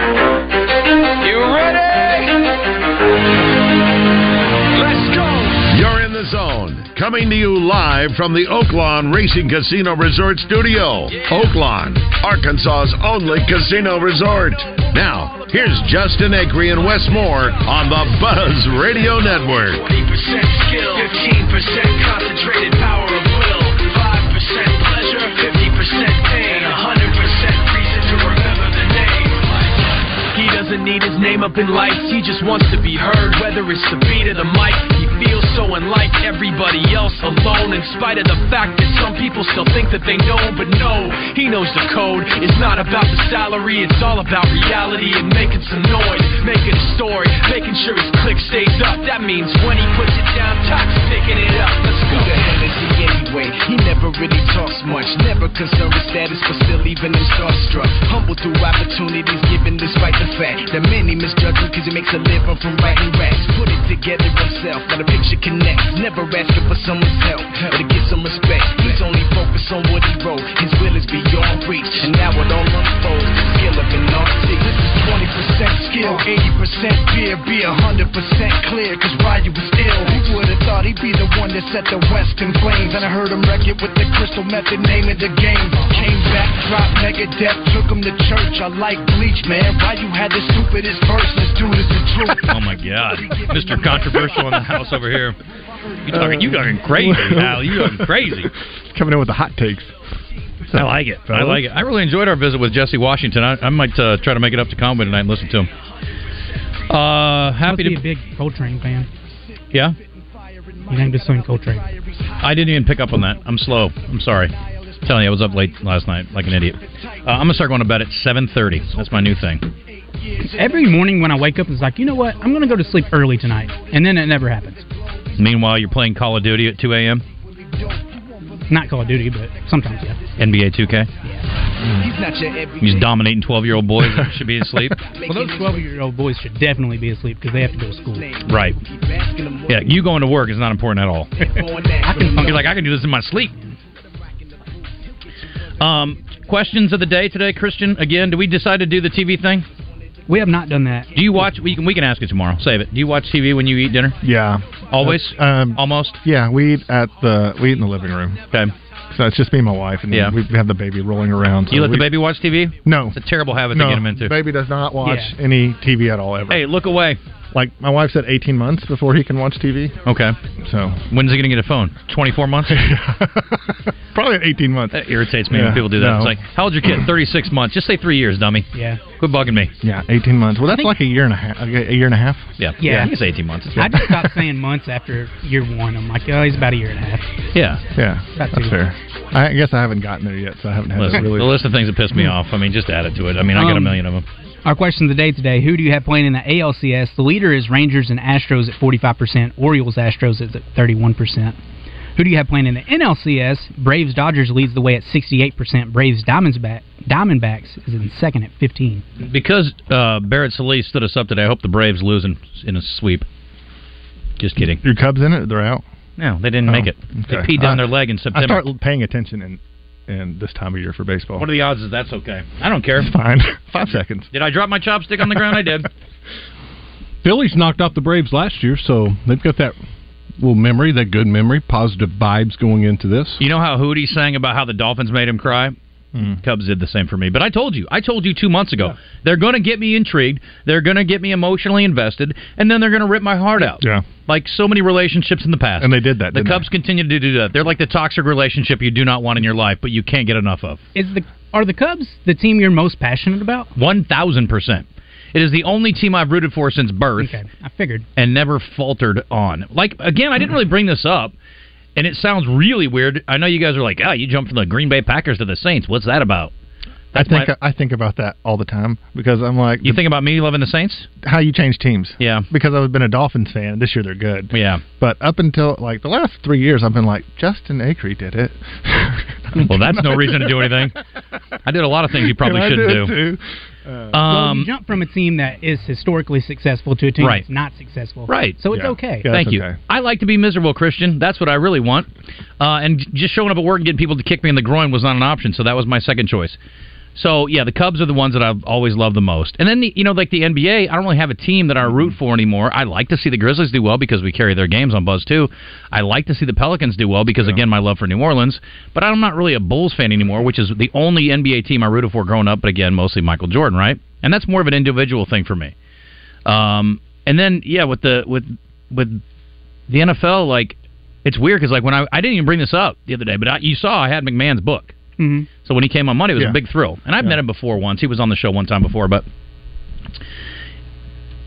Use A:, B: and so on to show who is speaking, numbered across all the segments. A: You ready? Let's go.
B: You're in the zone. Coming to you live from the Oaklawn Racing Casino Resort Studio. Oaklawn, Arkansas's only casino resort. Now, here's Justin Acree and Wes Moore on the Buzz Radio
A: 20%
B: Network.
A: skill, 15% concentrated power of will, 5% pleasure, 50% pain, 100% reason to remember the name. He doesn't need his name up in lights, he just wants to be heard, whether it's the beat or the mic. He feels so unlike everybody else alone, in spite of the fact that some people still think that they know, but no, he knows the code. It's not about the salary, it's all about reality and making some noise, making a story, making sure his click stays up. That means when he puts it down, Tox picking it up. Let's go.
C: Who the hell is he anyway? He never really talks much, never concerned with status, but still even him starstruck. Humble through opportunities given despite the fact that many misjudge him because he makes a living from writing raps. Put it together himself, got a picture connects. Never asking for someone's help or to get some respect. He's only focused on what he wrote. His will is beyond reach, and now it all unfolds. The skill of an artist. This is 20% skill, 80% fear, be 100% clear, cause Ryu was ill. Who would've thought he'd be the one that set the West in flames? And I heard him wreck it with the crystal method, name of the game. Came back, dropped mega death, took him to church. I like bleach, man. Ryu had the stupidest verse, this dude is the truth.
D: Oh my God, Mr. Controversial in the house over here. You talking? You talking crazy, Al? You going crazy?
E: Coming in with the hot takes.
D: I like it. I like it. I really enjoyed our visit with Jesse Washington. I, I might uh, try to make it up to Conway tonight and listen to him. Uh, happy
F: Must
D: to.
F: be a big Coltrane fan.
D: Yeah,
F: You named his son Coltrane.
D: I didn't even pick up on that. I'm slow. I'm sorry. I'm telling you, I was up late last night, like an idiot. Uh, I'm gonna start going to bed at 7:30. That's my new thing.
F: Every morning when I wake up, it's like, you know what? I'm gonna go to sleep early tonight, and then it never happens.
D: Meanwhile, you're playing Call of Duty at 2 a.m.
F: Not Call of Duty, but sometimes yeah.
D: NBA 2K.
C: He's not your every.
D: He's dominating 12-year-old boys that should be asleep.
F: Well, those 12 year old boys should definitely be asleep because they have to go to school.
D: Right. Yeah, you going to work is not important at all.
C: I
F: can
D: You're like, I can do this in my sleep. Um, questions of the day today, Christian. Again, do we decide to do the TV thing?
F: We have not done that.
D: Do you watch? We can we can ask it tomorrow. Save it. Do you watch TV when you eat dinner?
E: Yeah.
D: Always?
E: Um,
D: Almost.
E: Yeah, we eat at the we eat in the living room.
D: Okay.
E: So it's just me and my wife, and
D: Yeah.
E: we have the baby rolling around. so
D: You let
E: we-
D: the baby watch TV?
E: No.
D: It's a terrible habit
E: No,
D: to get him into.
E: baby does not watch any TV at all ever.
D: Hey, look away.
E: Like my wife said, eighteen months before he can watch TV.
D: Okay.
E: So
D: When's he going to get a phone? 24 months?
E: probably at eighteen months.
D: That irritates me when
E: Yeah,
D: people do that.
E: no.
D: It's like, how old's your kid? 36 months. Just say three years, dummy.
F: Yeah.
D: Quit bugging me.
E: Yeah, eighteen months. Well,
F: I
E: that's
F: think-
E: like a year and a half. A year and a half.
D: Yeah.
F: Yeah.
D: I think it's 18 months. It's
F: I
D: right.
F: just stopped saying months after year one. I'm like, oh, he's about a year and a half.
D: Yeah.
E: Yeah,
F: About
E: that's
F: two.
E: fair. I guess I haven't gotten there yet, so I haven't had
D: Listen,
E: to
D: the
E: really. Hmm.
D: list of things that piss me off. I mean, just add it to it. I mean, I got a
F: Um,
D: million of them.
F: Our question of the day today: Who do you have playing in the ALCS? The leader is Rangers and Astros at 45%. Orioles Astros is at 31%. Who do you have playing in the NLCS? Braves Dodgers leads the way at 68%. Braves Diamondback, Diamondbacks is in second at 15.
D: Because uh, Barrett Salee stood us up today, I hope the Braves lose in, in a sweep. Just kidding.
E: Your Cubs in it? They're out.
D: No, they didn't
E: Oh,
D: make it. They
E: okay.
D: peed down
E: I-
D: their leg in September.
E: I start paying attention in, in this time of year for baseball.
D: What are the odds that that's okay? I don't care.
E: Fine. Five seconds.
D: Did I drop my chopstick on the ground? I did.
G: Phillies knocked off the Braves last year, so they've got that little memory, that good memory, positive vibes going into this.
D: You know how Hootie sang about how the Dolphins made him cry?
E: Hmm.
D: Cubs did the same for me. But I told you, I told you two months ago, they're going to get me intrigued. They're going to get me emotionally invested, and then they're going to rip my heart out.
E: Yeah,
D: Like so many relationships in the past.
E: and they did that.
D: the
E: didn't
D: Cubs continue to do that. They're like the toxic relationship you do not want in your life, but you can't get enough of.
F: Is the are the Cubs the team you're most passionate about?
D: 1000%. It is the only team I've rooted for since birth.
F: Okay, I figured.
D: and never faltered on. Like again, I didn't really bring this up, and it sounds really weird. I know you guys are like, "Ah, you jumped from the Green Bay Packers to the Saints. What's that about?"
E: I think
D: my-
E: I think about that all the time because I'm like,
D: You think about me loving the Saints?
E: how you change teams?
D: Yeah.
E: Because I've been a Dolphins fan. This year they're good.
D: Yeah.
E: But up until like the last three years, I've been like, Justin Acree did it.
D: Well, that's no reason to do anything. I did a lot of things you probably
E: And I did,
D: shouldn't do.
E: too.
F: Uh, Well, you
D: Um,
F: jump from a team that is historically successful to a team
D: Right.
F: that's not successful.
D: Right.
F: So it's okay.
D: Thank you. I like to be miserable, Christian. That's what I really want. Uh, and j- just showing up at work and getting people to kick me in the groin was not an option, so that was my second choice. So yeah, the Cubs are the ones that I've always loved the most. And then the, you know, like the NBA, I don't really have a team that I root for anymore. I like to see the Grizzlies do well because we carry their games on Buzz too. I like to see the Pelicans do well because again, my love for New Orleans. But I'm not really a Bulls fan anymore, which is the only NBA team I rooted for growing up. But again, mostly Michael Jordan, right? And that's more of an individual thing for me. Um, and then yeah, with the with with the NFL, like it's weird because like when I I didn't even bring this up the other day, but I, you saw I had McMahon's book.
E: Mm-hmm.
F: Mhm.
D: So when he came on Monday, it was
F: Yeah.
D: a big thrill. And I've met him before once. He was on the show one time before, but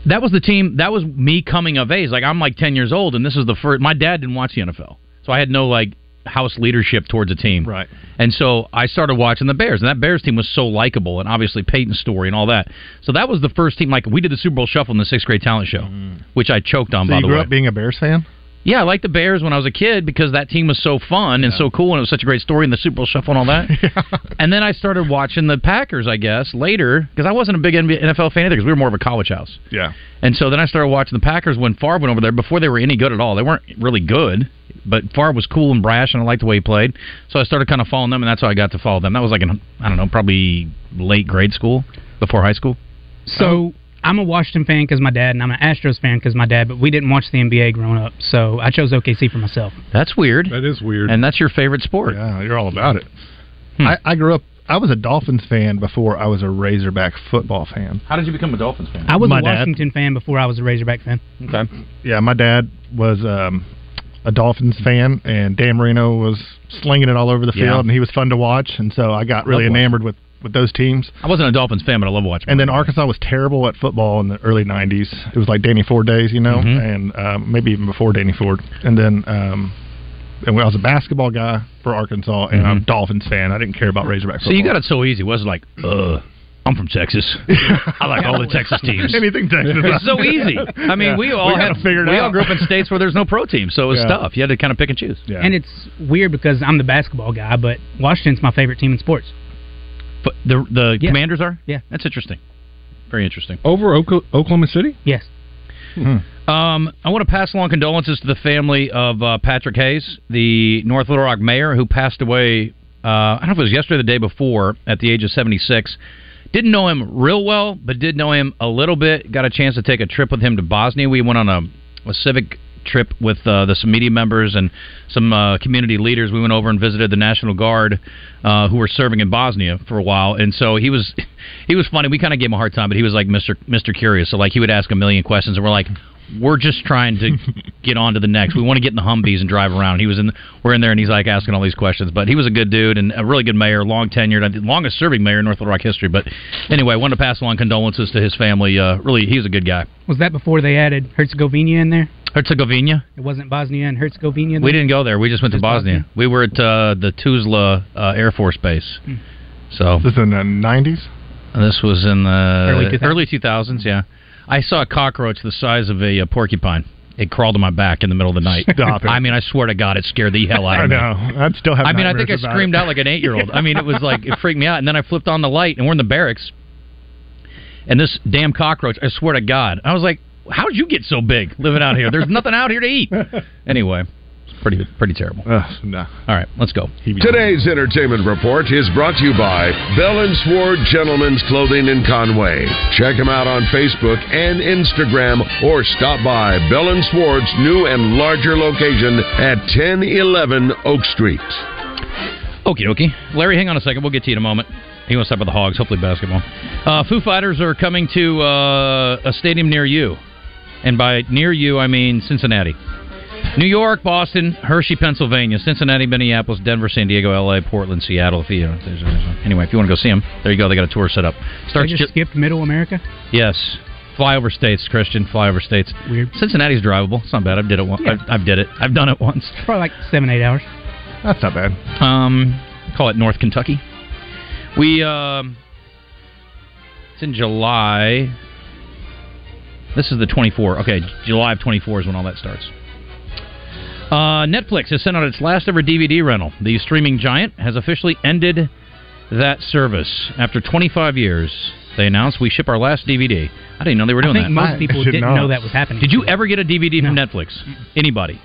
D: that was the team. That was me coming of age. Like I'm like 10 years old, and this is the first. My dad didn't watch the NFL, so I had no like house leadership towards a team. Right. And so I started watching the Bears, and that Bears team was so likable, and obviously Peyton's story and all that. So that was the first team. Like we did the Super Bowl Shuffle in the sixth grade talent show, which I choked on.
E: Mm-hmm. So
D: by
E: you
D: the
E: grew
D: way,
E: up being a Bears fan?
D: yeah, I liked the Bears when I was a kid because that team was so fun and so cool, and it was such a great story, and the Super Bowl Shuffle and all that. And then I started watching the Packers, I guess, later because I wasn't a big NBA, NFL fan either because we were more of a college house.
E: Yeah.
D: And so then I started watching the Packers when Favre went over there before they were any good at all. They weren't really good, but Favre was cool and brash, and I liked the way he played. So I started kind of following them, and that's how I got to follow them. That was like in I don't know, probably late grade school, before high school.
F: So I'm a Washington fan because my dad, and I'm an Astros fan because my dad, but we didn't watch the NBA growing up. So I chose OKC for myself.
D: That's weird.
E: That is weird.
D: And that's your favorite sport. Hmm.
E: Yeah, you're all about it. I, I grew up. I was a Dolphins fan before I was a Razorback football fan.
D: How did you become a Dolphins fan?
F: I was
E: My
F: a
E: dad.
F: Washington fan before I was a Razorback fan.
D: Okay.
E: Yeah, my dad was um, a Dolphins fan, and Dan Marino was slinging it all over the field,
D: Yeah.
E: and he was fun to watch. And so I got really
D: Love watching.
E: enamored with with those teams.
D: I wasn't a Dolphins fan, but I love watching.
E: And then Arkansas was terrible at football in the early '90s. It was like Danny Ford days, you know,
D: Mm-hmm.
E: and um, maybe even before Danny Ford. And then, um, and I was a basketball guy for Arkansas, and I'm a Dolphins fan. I didn't care about Razorback.
D: Mm-hmm. So
E: Football.
D: you got it so easy. It wasn't like, uh, I'm from Texas. I like all the Texas teams.
E: Anything Texas.
D: It's so easy. I mean,
E: Yeah.
D: we all
E: gotta
D: had
E: figure it
D: we
E: out.
D: all grew up in states where there's no pro team, so it was
E: Yeah.
D: tough. You had to kind of pick and choose.
E: Yeah.
F: And it's weird because I'm the basketball guy, but Washington's my favorite team in sports.
D: But the the
F: Yeah.
D: Commanders are.
F: Yeah.
D: that's interesting. Very interesting.
G: Over Oka- Oklahoma City?
F: Yes.
D: Um, I want to pass along condolences to the family of uh, Patrick Hayes, the North Little Rock mayor who passed away. Uh, I don't know if it was yesterday or the day before, at the age of 76. Didn't know him real well, but did know him a little bit. Got a chance to take a trip with him to Bosnia. We went on a, a civic trip with uh, the Samiti members and some uh, community leaders. We went over and visited the National Guard uh, who were serving in Bosnia for a while, and so he was he was funny. We kind of gave him a hard time, but he was like Mister Mister Curious. So like he would ask a million questions, and we're like. We're just trying to get on to the next. We want to get in the Humvees and drive around. He was in, we're in there, and he's like asking all these questions. But he was a good dude and a really good mayor, long tenured, I think longest serving mayor in North Little Rock history. But anyway, I wanted to pass along condolences to his family. Uh, really, he's a good guy.
F: Was that before they added Herzegovina in there?
D: Herzegovina,
F: It wasn't Bosnia and Herzegovina.
D: we didn't go there. We just went to Bosnia. We were at uh, the Tuzla uh, Air Force Base. So
E: This is in the '90s.
D: this was in the
E: Early 2000s.
D: Uh, early 2000s. Yeah, I saw a cockroach the size of a, uh porcupine. It crawled on my back in the middle of the night.
E: Stop it.
D: I mean, I swear to God, it scared the hell out
E: I
D: of me.
E: know. I'd still have.
D: I mean, I think I
E: nightmares about
D: screamed
E: it.
D: out like an eight year old. I mean, it was like, it freaked me out. And then I flipped on the light, and we're in the barracks. And this damn cockroach, I swear to God. I was like, how'd you get so big living out here? There's nothing out here to eat. Anyway, it's pretty, pretty terrible.
E: Ugh, nah.
D: All right, let's go.
B: Today's entertainment report is brought to you by Bell and Sword Gentlemen's Clothing in Conway. Check them out on Facebook and Instagram or stop by Bell and Sword's new and larger location at 1011 Oak Street.
D: Okie dokie. Larry, hang on a second. We'll get to you in a moment. He wants to talk about the Hogs, hopefully basketball. Uh, Foo Fighters are coming to uh, a stadium near you. And by near you, I mean Cincinnati. New York, Boston, Hershey, Pennsylvania, Cincinnati, Minneapolis, Denver, San Diego, LA, Portland, Seattle. If you, if there's- anyway, if you want to go see them, there you go. They got a tour set up.
F: I
D: Starts
F: just
D: Ju-
F: skipped Middle America.
D: Yes. Flyover states, Christian. Flyover states.
F: Weird.
D: Cincinnati's drivable. It's not bad. I've did it. One-
F: Yeah.
D: I've, I've did it. I've done it once.
F: Probably like seven, eight hours.
E: That's not bad.
D: Um, call it North Kentucky. We um, it's in July. This is the 24. Okay, July of 24 is when all that starts. Uh, Netflix has sent out its last ever DVD rental. The streaming giant has officially ended that service after 25 years. They announced we ship our last DVD. I didn't know they were
F: I
D: doing
F: think
D: that.
F: most people I did didn't not. know that was happening.
D: Did you ever get a DVD from Netflix? Anybody?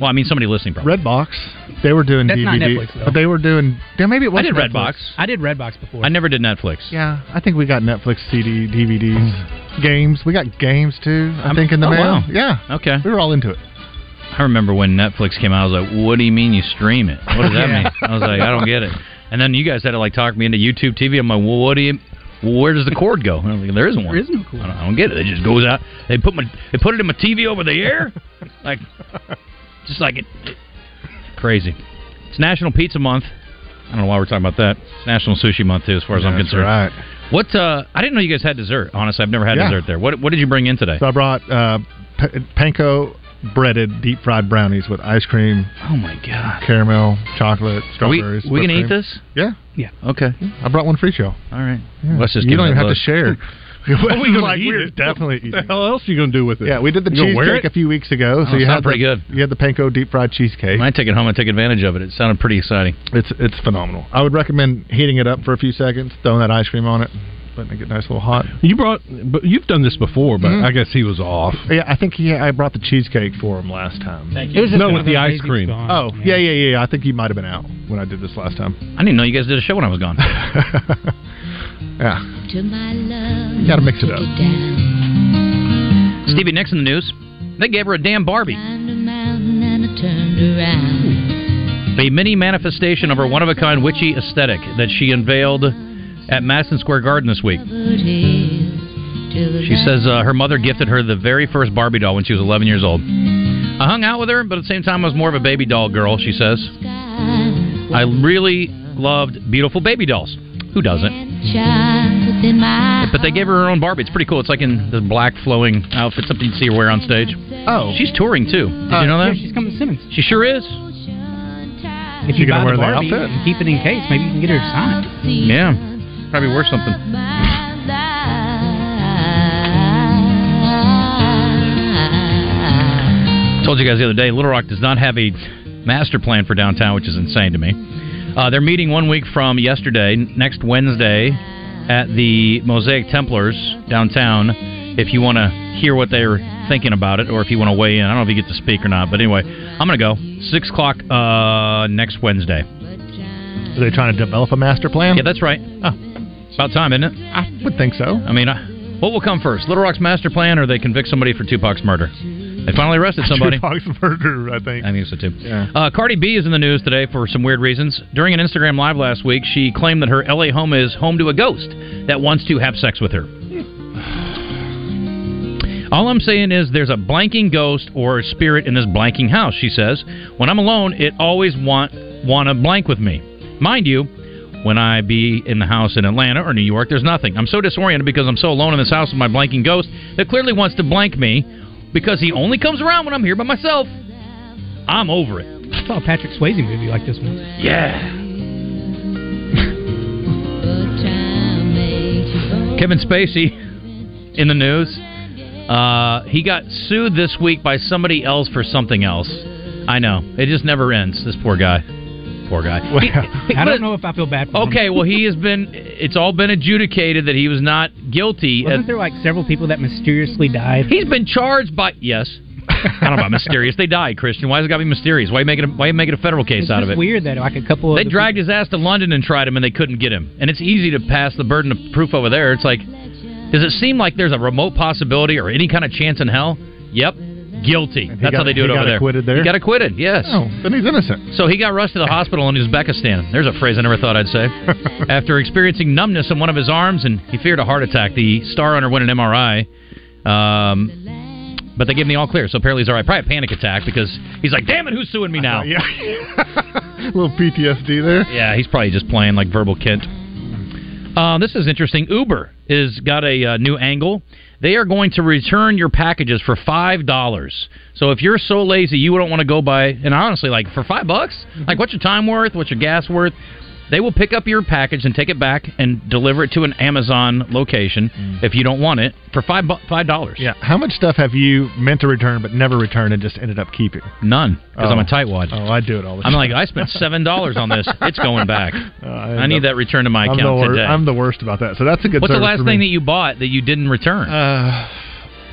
D: Well, I mean somebody listening probably.
E: Redbox. They were doing
D: That's
E: DVD,
D: not Netflix, though.
E: but they were doing. Yeah, maybe it
D: I
E: was.
D: did
E: Netflix.
D: Redbox.
F: I did Redbox before.
D: I never did Netflix.
E: Yeah, I think we got Netflix CD DVDs, games. We got games too. I think in the
D: oh,
E: mail.
D: wow.
E: Yeah.
D: Okay.
E: We were all into it.
D: I remember when Netflix came out, I was like, "What do you mean you stream it? What does that
E: Yeah.
D: mean?" I was like, "I don't get it." And then you guys had to like talk me into YouTube TV. I'm like, "Well, what do you? well, Where does the cord go?" And I was like, "There isn't one. There isn't I, don't, I don't get it. It just goes out. They put my they put it in my TV over the air, like just like it. Crazy. It's National Pizza Month. I don't know why we're talking about that. It's National Sushi Month too, as far as I'm
E: That's
D: concerned.
E: right.
D: What? Uh, I didn't know you guys had dessert. Honestly, I've never had
E: Yeah.
D: dessert there. What What did you bring in today?
E: So I brought uh, p- panko breaded deep fried brownies with ice cream.
D: Oh my god!
E: Caramel, chocolate,
D: Are we,
E: strawberries.
D: we gonna
E: whipped
D: eat
E: cream.
D: this?
E: Yeah.
F: Yeah.
D: Okay.
E: I brought one for each y'all.
D: All right.
E: Yeah.
D: Let's just
E: you
D: give
E: don't
D: it
E: even
D: a
E: have to share.
D: look.
G: What are you gonna
E: Like,
G: eat
E: we're
G: it?
E: definitely eating.
G: The hell else are you going to do with it?
E: Yeah, we did the
G: You gonna wear
E: cheesecake
G: it?
E: a few weeks ago.
D: Oh,
E: so
D: it
E: you
D: sounded
E: had the,
D: pretty good.
E: You had the panko deep fried cheesecake.
D: I take it home and take advantage of it. It sounded pretty exciting.
E: It's it's phenomenal. I would recommend heating it up for a few seconds, throwing that ice cream on it, letting it get nice, little hot.
G: You brought, but you've done this before, but
E: Mhm.
G: I guess he was off.
E: Yeah, I think he. I brought the cheesecake for him last time.
F: Thank you. It was just
G: no
F: one
G: with
F: of
G: the
F: those
G: ice
F: days he's
G: cream.
F: gone.
E: Oh yeah, yeah, yeah. I think he might have been out when I did this last time.
D: I didn't know you guys did a show when I was gone.
E: yeah,
H: To my love.
E: you got to mix it up.
H: Get down
D: Stevie Nicks in the news. They gave her a damn Barbie.
H: the mountain and I turned around.
D: A mini manifestation of her one of a kind witchy aesthetic that she unveiled at Madison Square Garden this week.
H: Covered hills till the
D: She says uh, her mother gifted her the very first Barbie doll when she was 11 years old. I hung out with her, but at the same time, I was more of a baby doll girl, she says. I really loved beautiful baby dolls. Who doesn't?
H: chimes within my
D: But they gave her her own Barbie. It's pretty cool. It's like in the black flowing outfit, something you see her wear on stage.
E: Oh,
D: She's touring too. Did you know
F: Uh, Yeah,
D: that?
F: she's coming to Simmons.
D: She sure is.
F: If you
E: gonna
F: buy
E: wear
F: the
E: that
F: Barbie
E: outfit?
F: and keep it in case, maybe you can get her to sign it.
D: Yeah. Probably worth something. Told you guys the other day, Little Rock does not have a master plan for downtown, which is insane to me. Uh, they're meeting one week from yesterday, next Wednesday, at the Mosaic Templars downtown. If you want to hear what they're thinking about it, or if you want to weigh in, I don't know if you get to speak or not. But anyway, I'm gonna go six o'clock uh, next Wednesday.
E: Are they trying to develop a master plan?
D: Yeah, that's right. Oh, about time, isn't it?
E: I would think so.
D: I mean, I, what will come first, Little Rock's master plan, or they convict somebody for Tupac's murder? They finally arrested somebody.
E: Fox murder, I think.
D: I think so too. Uh, Cardi B is in the news today for some weird reasons. During an Instagram live last week, she claimed that her LA home is home to a ghost that wants to have sex with her. All I'm saying is there's a blanking ghost or a spirit in this blanking house, she says. When I'm alone, it always want want to blank with me. Mind you, when I be in the house in Atlanta or New York, there's nothing. I'm so disoriented because I'm so alone in this house with my blanking ghost that clearly wants to blank me because he only comes around when I'm here by myself. I'm over it.
F: I saw a Patrick Swayze movie like this one.
D: Yeah. Kevin Spacey in the news. Uh, he got sued this week by somebody else for something else. I know. It just never ends. This poor guy. Poor guy. He- he-
F: I
D: but-
F: don't know if I feel bad for him.
D: Okay, well, he has been. It's all been adjudicated that he was not guilty.
F: Wasn't there like several people that mysteriously died?
D: He's been charged by. Yes. I don't know about mysterious. They died, Christian. Why has it got to be mysterious? Why you making a, why you making a federal case
F: It's
D: out
F: just
D: of it?
F: weird that like a couple of
D: They
F: the
D: dragged his ass to London and tried him, and they couldn't get him. And it's easy to pass the burden of proof over there. It's like, does it seem like there's a remote possibility or any kind of chance in hell? Yep, guilty. That's
E: got-
D: how they do
E: he
D: it over
E: got
D: there.
E: acquitted there?
D: He got acquitted. Yes.
E: Oh, then he's innocent.
D: So he got rushed to the hospital in Uzbekistan. There's a phrase I never thought I'd say. After experiencing numbness in one of his arms, and he feared a heart attack, the star underwent an MRI. Um, but they gave him the all clear, so apparently he's all right. Probably a panic attack because he's like, "Damn it, who's suing me now?"
E: Yeah. little PTSD there.
D: Yeah, he's probably just playing like verbal Kent. Uh, this is interesting. Uber has got a uh, new angle. They are going to return your packages for five dollars. So if you're so
E: Mm-hmm.
D: lazy you don't want to go buy, and honestly, like for five bucks, like what's your time worth? What's your gas worth? They will pick up your package and take it back and deliver it to an Amazon location
E: Mm.
D: if you don't want it for five bu- five dollars.
E: Yeah. How much stuff have you meant to return but never returned and just ended up keeping?
D: None, because I'm a
E: Oh.
D: tightwad.
E: Oh, I do it all the
D: I'm
E: time.
D: like, I spent seven dollars on this. It's going back. I need
E: the-
D: that return to my
E: Uh, I'm
D: account
E: the, wor-
D: today.
E: I'm the worst about that. So that's a good.
D: What's the
E: service
D: last
E: for
D: thing
E: me.
D: that you bought that you didn't return?
E: Uh,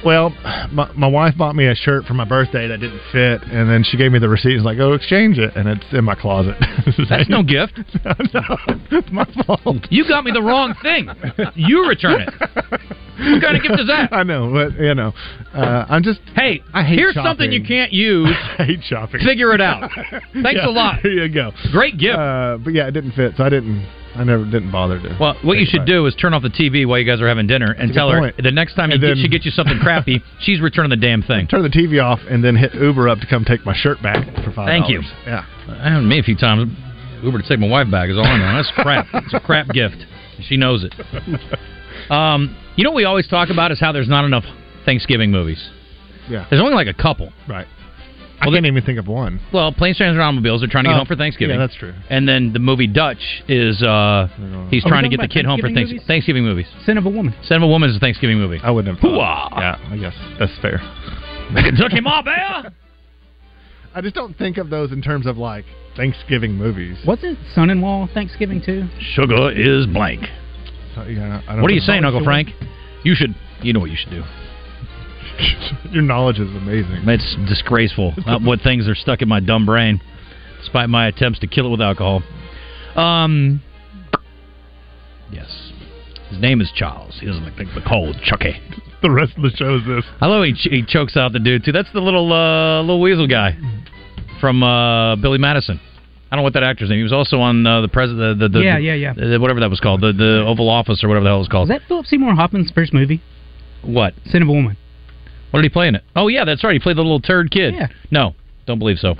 E: well, my, my wife bought me a shirt for my birthday that didn't fit, and then she gave me the receipt. and was like, "Go exchange it," and it's in my closet.
D: That's no gift.
E: it's my fault.
D: You got me the wrong thing. You return it. What kind of gift is that?
E: I know, but you know, uh, I'm just.
D: Hey,
E: I hate
D: here's something you
E: shopping.
D: can't use.
E: I hate shopping.
D: Figure it out. Thanks
E: Yeah,
D: a lot.
E: Here you go.
D: Great gift.
E: Uh, but yeah, it didn't fit, so I didn't. I never didn't bother to.
D: Well, what you should do is turn off the TV while you guys are having dinner and
E: a
D: tell
E: good
D: her
E: point.
D: the next time you
E: And
D: get,
E: then-
D: she gets you something crappy, she's returning the damn thing.
E: Turn the TV off and then hit Uber up to come take my shirt back for five.
D: Thank you.
E: Yeah.
D: I happened to me a few times. Uber to take my wife back is all I know. That's crap. It's a crap gift. She knows it. Um, you know what we always talk about is how there's not enough Thanksgiving movies.
E: Yeah.
D: There's only like a couple.
E: Right. I can't even think of one.
D: Well, Planes, Trains, and Automobiles are trying to get
E: Oh,
D: home for Thanksgiving.
E: Yeah, that's true.
D: and then the movie Dutch is uh,
F: Are we
D: he's trying to
F: talking
D: get the
F: about
D: kid home for Thanksgiving
F: Thanksgiving
D: movies? Thanksgiving movies.
F: Sin of a Woman.
D: Son of a Woman is a Thanksgiving movie.
E: I wouldn't have.
D: Hooah!
E: thought. Yeah, I guess that's fair.
D: Kentucky Ma Bear.
E: I just don't think of those in terms of like Thanksgiving movies.
F: Wasn't son-in-law Thanksgiving too?
D: Sugar is blank.
E: So, yeah, I don't
D: What are you
E: know.
D: saying, Uncle Frank? You should. You know what you should do.
E: Your knowledge is amazing.
D: It's disgraceful uh, what things are stuck in my dumb brain, despite my attempts to kill it with alcohol. Um, yes, his name is Charles. He doesn't like the cold Chucky.
E: The rest of the show is this.
D: I love how he, ch- he chokes out the dude too. That's the little uh, little weasel guy from uh, Billy Madison. I don't know what that actor's name. He was also on uh, the president. The, the, the,
F: Yeah, yeah, yeah.
D: the- whatever that was called, the the Oval Office or whatever the hell it was
F: Was
D: called.
F: that Philip Seymour Hoffman's first movie?
D: what?
F: Sin of a Woman.
D: What did he play in it? Oh yeah, that's right. He played the little turd kid.
F: Yeah.
D: No, don't believe so.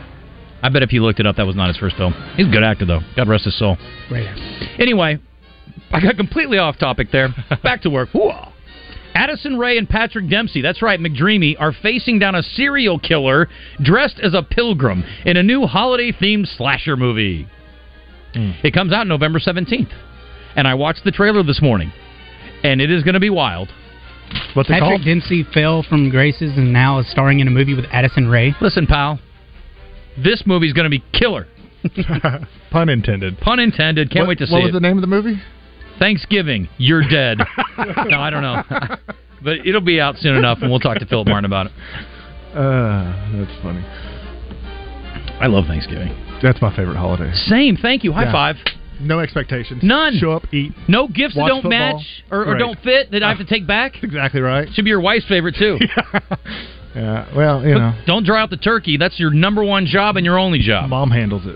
D: I bet if you looked it up, that was not his first film. He's a good actor though. God rest his soul.
F: Right. Actor.
D: Anyway, I got completely off topic there. Back to work. Whoa. Addison Ray and Patrick Dempsey, that's right, McDreamy, are facing down a serial killer dressed as a pilgrim in a new holiday themed slasher movie.
E: Hmm.
D: It comes out November 17th. And I watched the trailer this morning. And it is going to be wild.
E: What's it
F: Patrick
E: called?
F: Dempsey fell from graces and now is starring in a movie with Addison Ray.
D: Listen, pal, this movie's going to be killer.
E: Pun intended.
D: Pun intended. Can't
E: what,
D: wait to see
E: What was
D: it.
E: the name of the movie?
D: Thanksgiving, you're dead. no, I don't know. but it'll be out soon enough, and we'll talk to Philip Martin about it.
E: Uh, that's funny.
D: I love Thanksgiving.
E: That's my favorite holiday.
D: Same. Thank you. High
E: Yeah.
D: five.
E: No expectations.
D: None.
E: Show up, eat.
D: No gifts that
E: Watch
D: don't
E: football.
D: match or, or
E: Great.
D: don't fit that I have to take back.
E: That's exactly right.
D: Should be your wife's favorite too.
E: Yeah. Well, you know,
D: Don't dry out the turkey. That's your number one job and your only job.
E: mom handles it.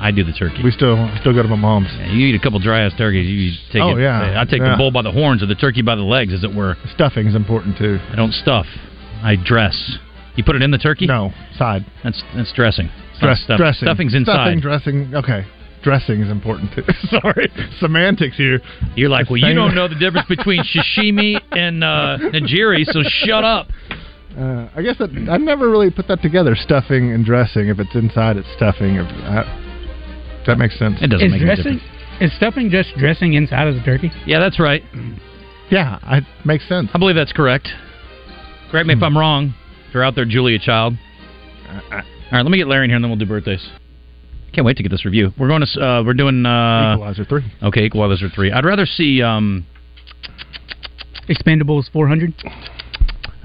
D: I do the turkey.
E: We still still go to my mom's.
D: You eat a couple dry ass turkeys. You just take
E: Oh,
D: it.
E: yeah.
D: I take the
E: Yeah.
D: bull by the horns or the turkey by the legs, as it were.
E: Stuffing's important too.
D: I don't stuff. I dress. You put it in the turkey?
E: No side.
D: That's that's dressing. It's not
E: Dress,
D: stuff.
E: dressing.
D: Stuffing's
E: Stuffing,
D: inside.
E: dressing. Okay. Dressing is important too. Sorry. Semantics here.
D: You're like, well, you
E: Same.
D: don't know the difference between sashimi and uh, nigiri, so shut up.
E: Uh, I guess that I've never really put that together. Stuffing and dressing. If it's inside, it's stuffing. If I, that makes sense.
D: It doesn't
F: Is
D: make any difference.
F: dressing is stuffing just dressing inside of the turkey?
D: Yeah, that's right.
E: Yeah, it makes sense. Hmm.
D: I believe that's correct. Correct me if I'm wrong. If you're out there, Julia Child.
E: Uh,
D: All right, let me get Larry in here, and then we'll do birthdays. Can't wait to get this review. We're going to. s- Uh, we're doing. Uh,
E: Equalizer three.
D: okay, Equalizer three. I'd rather see. Um,
F: Expendables 400.
D: no,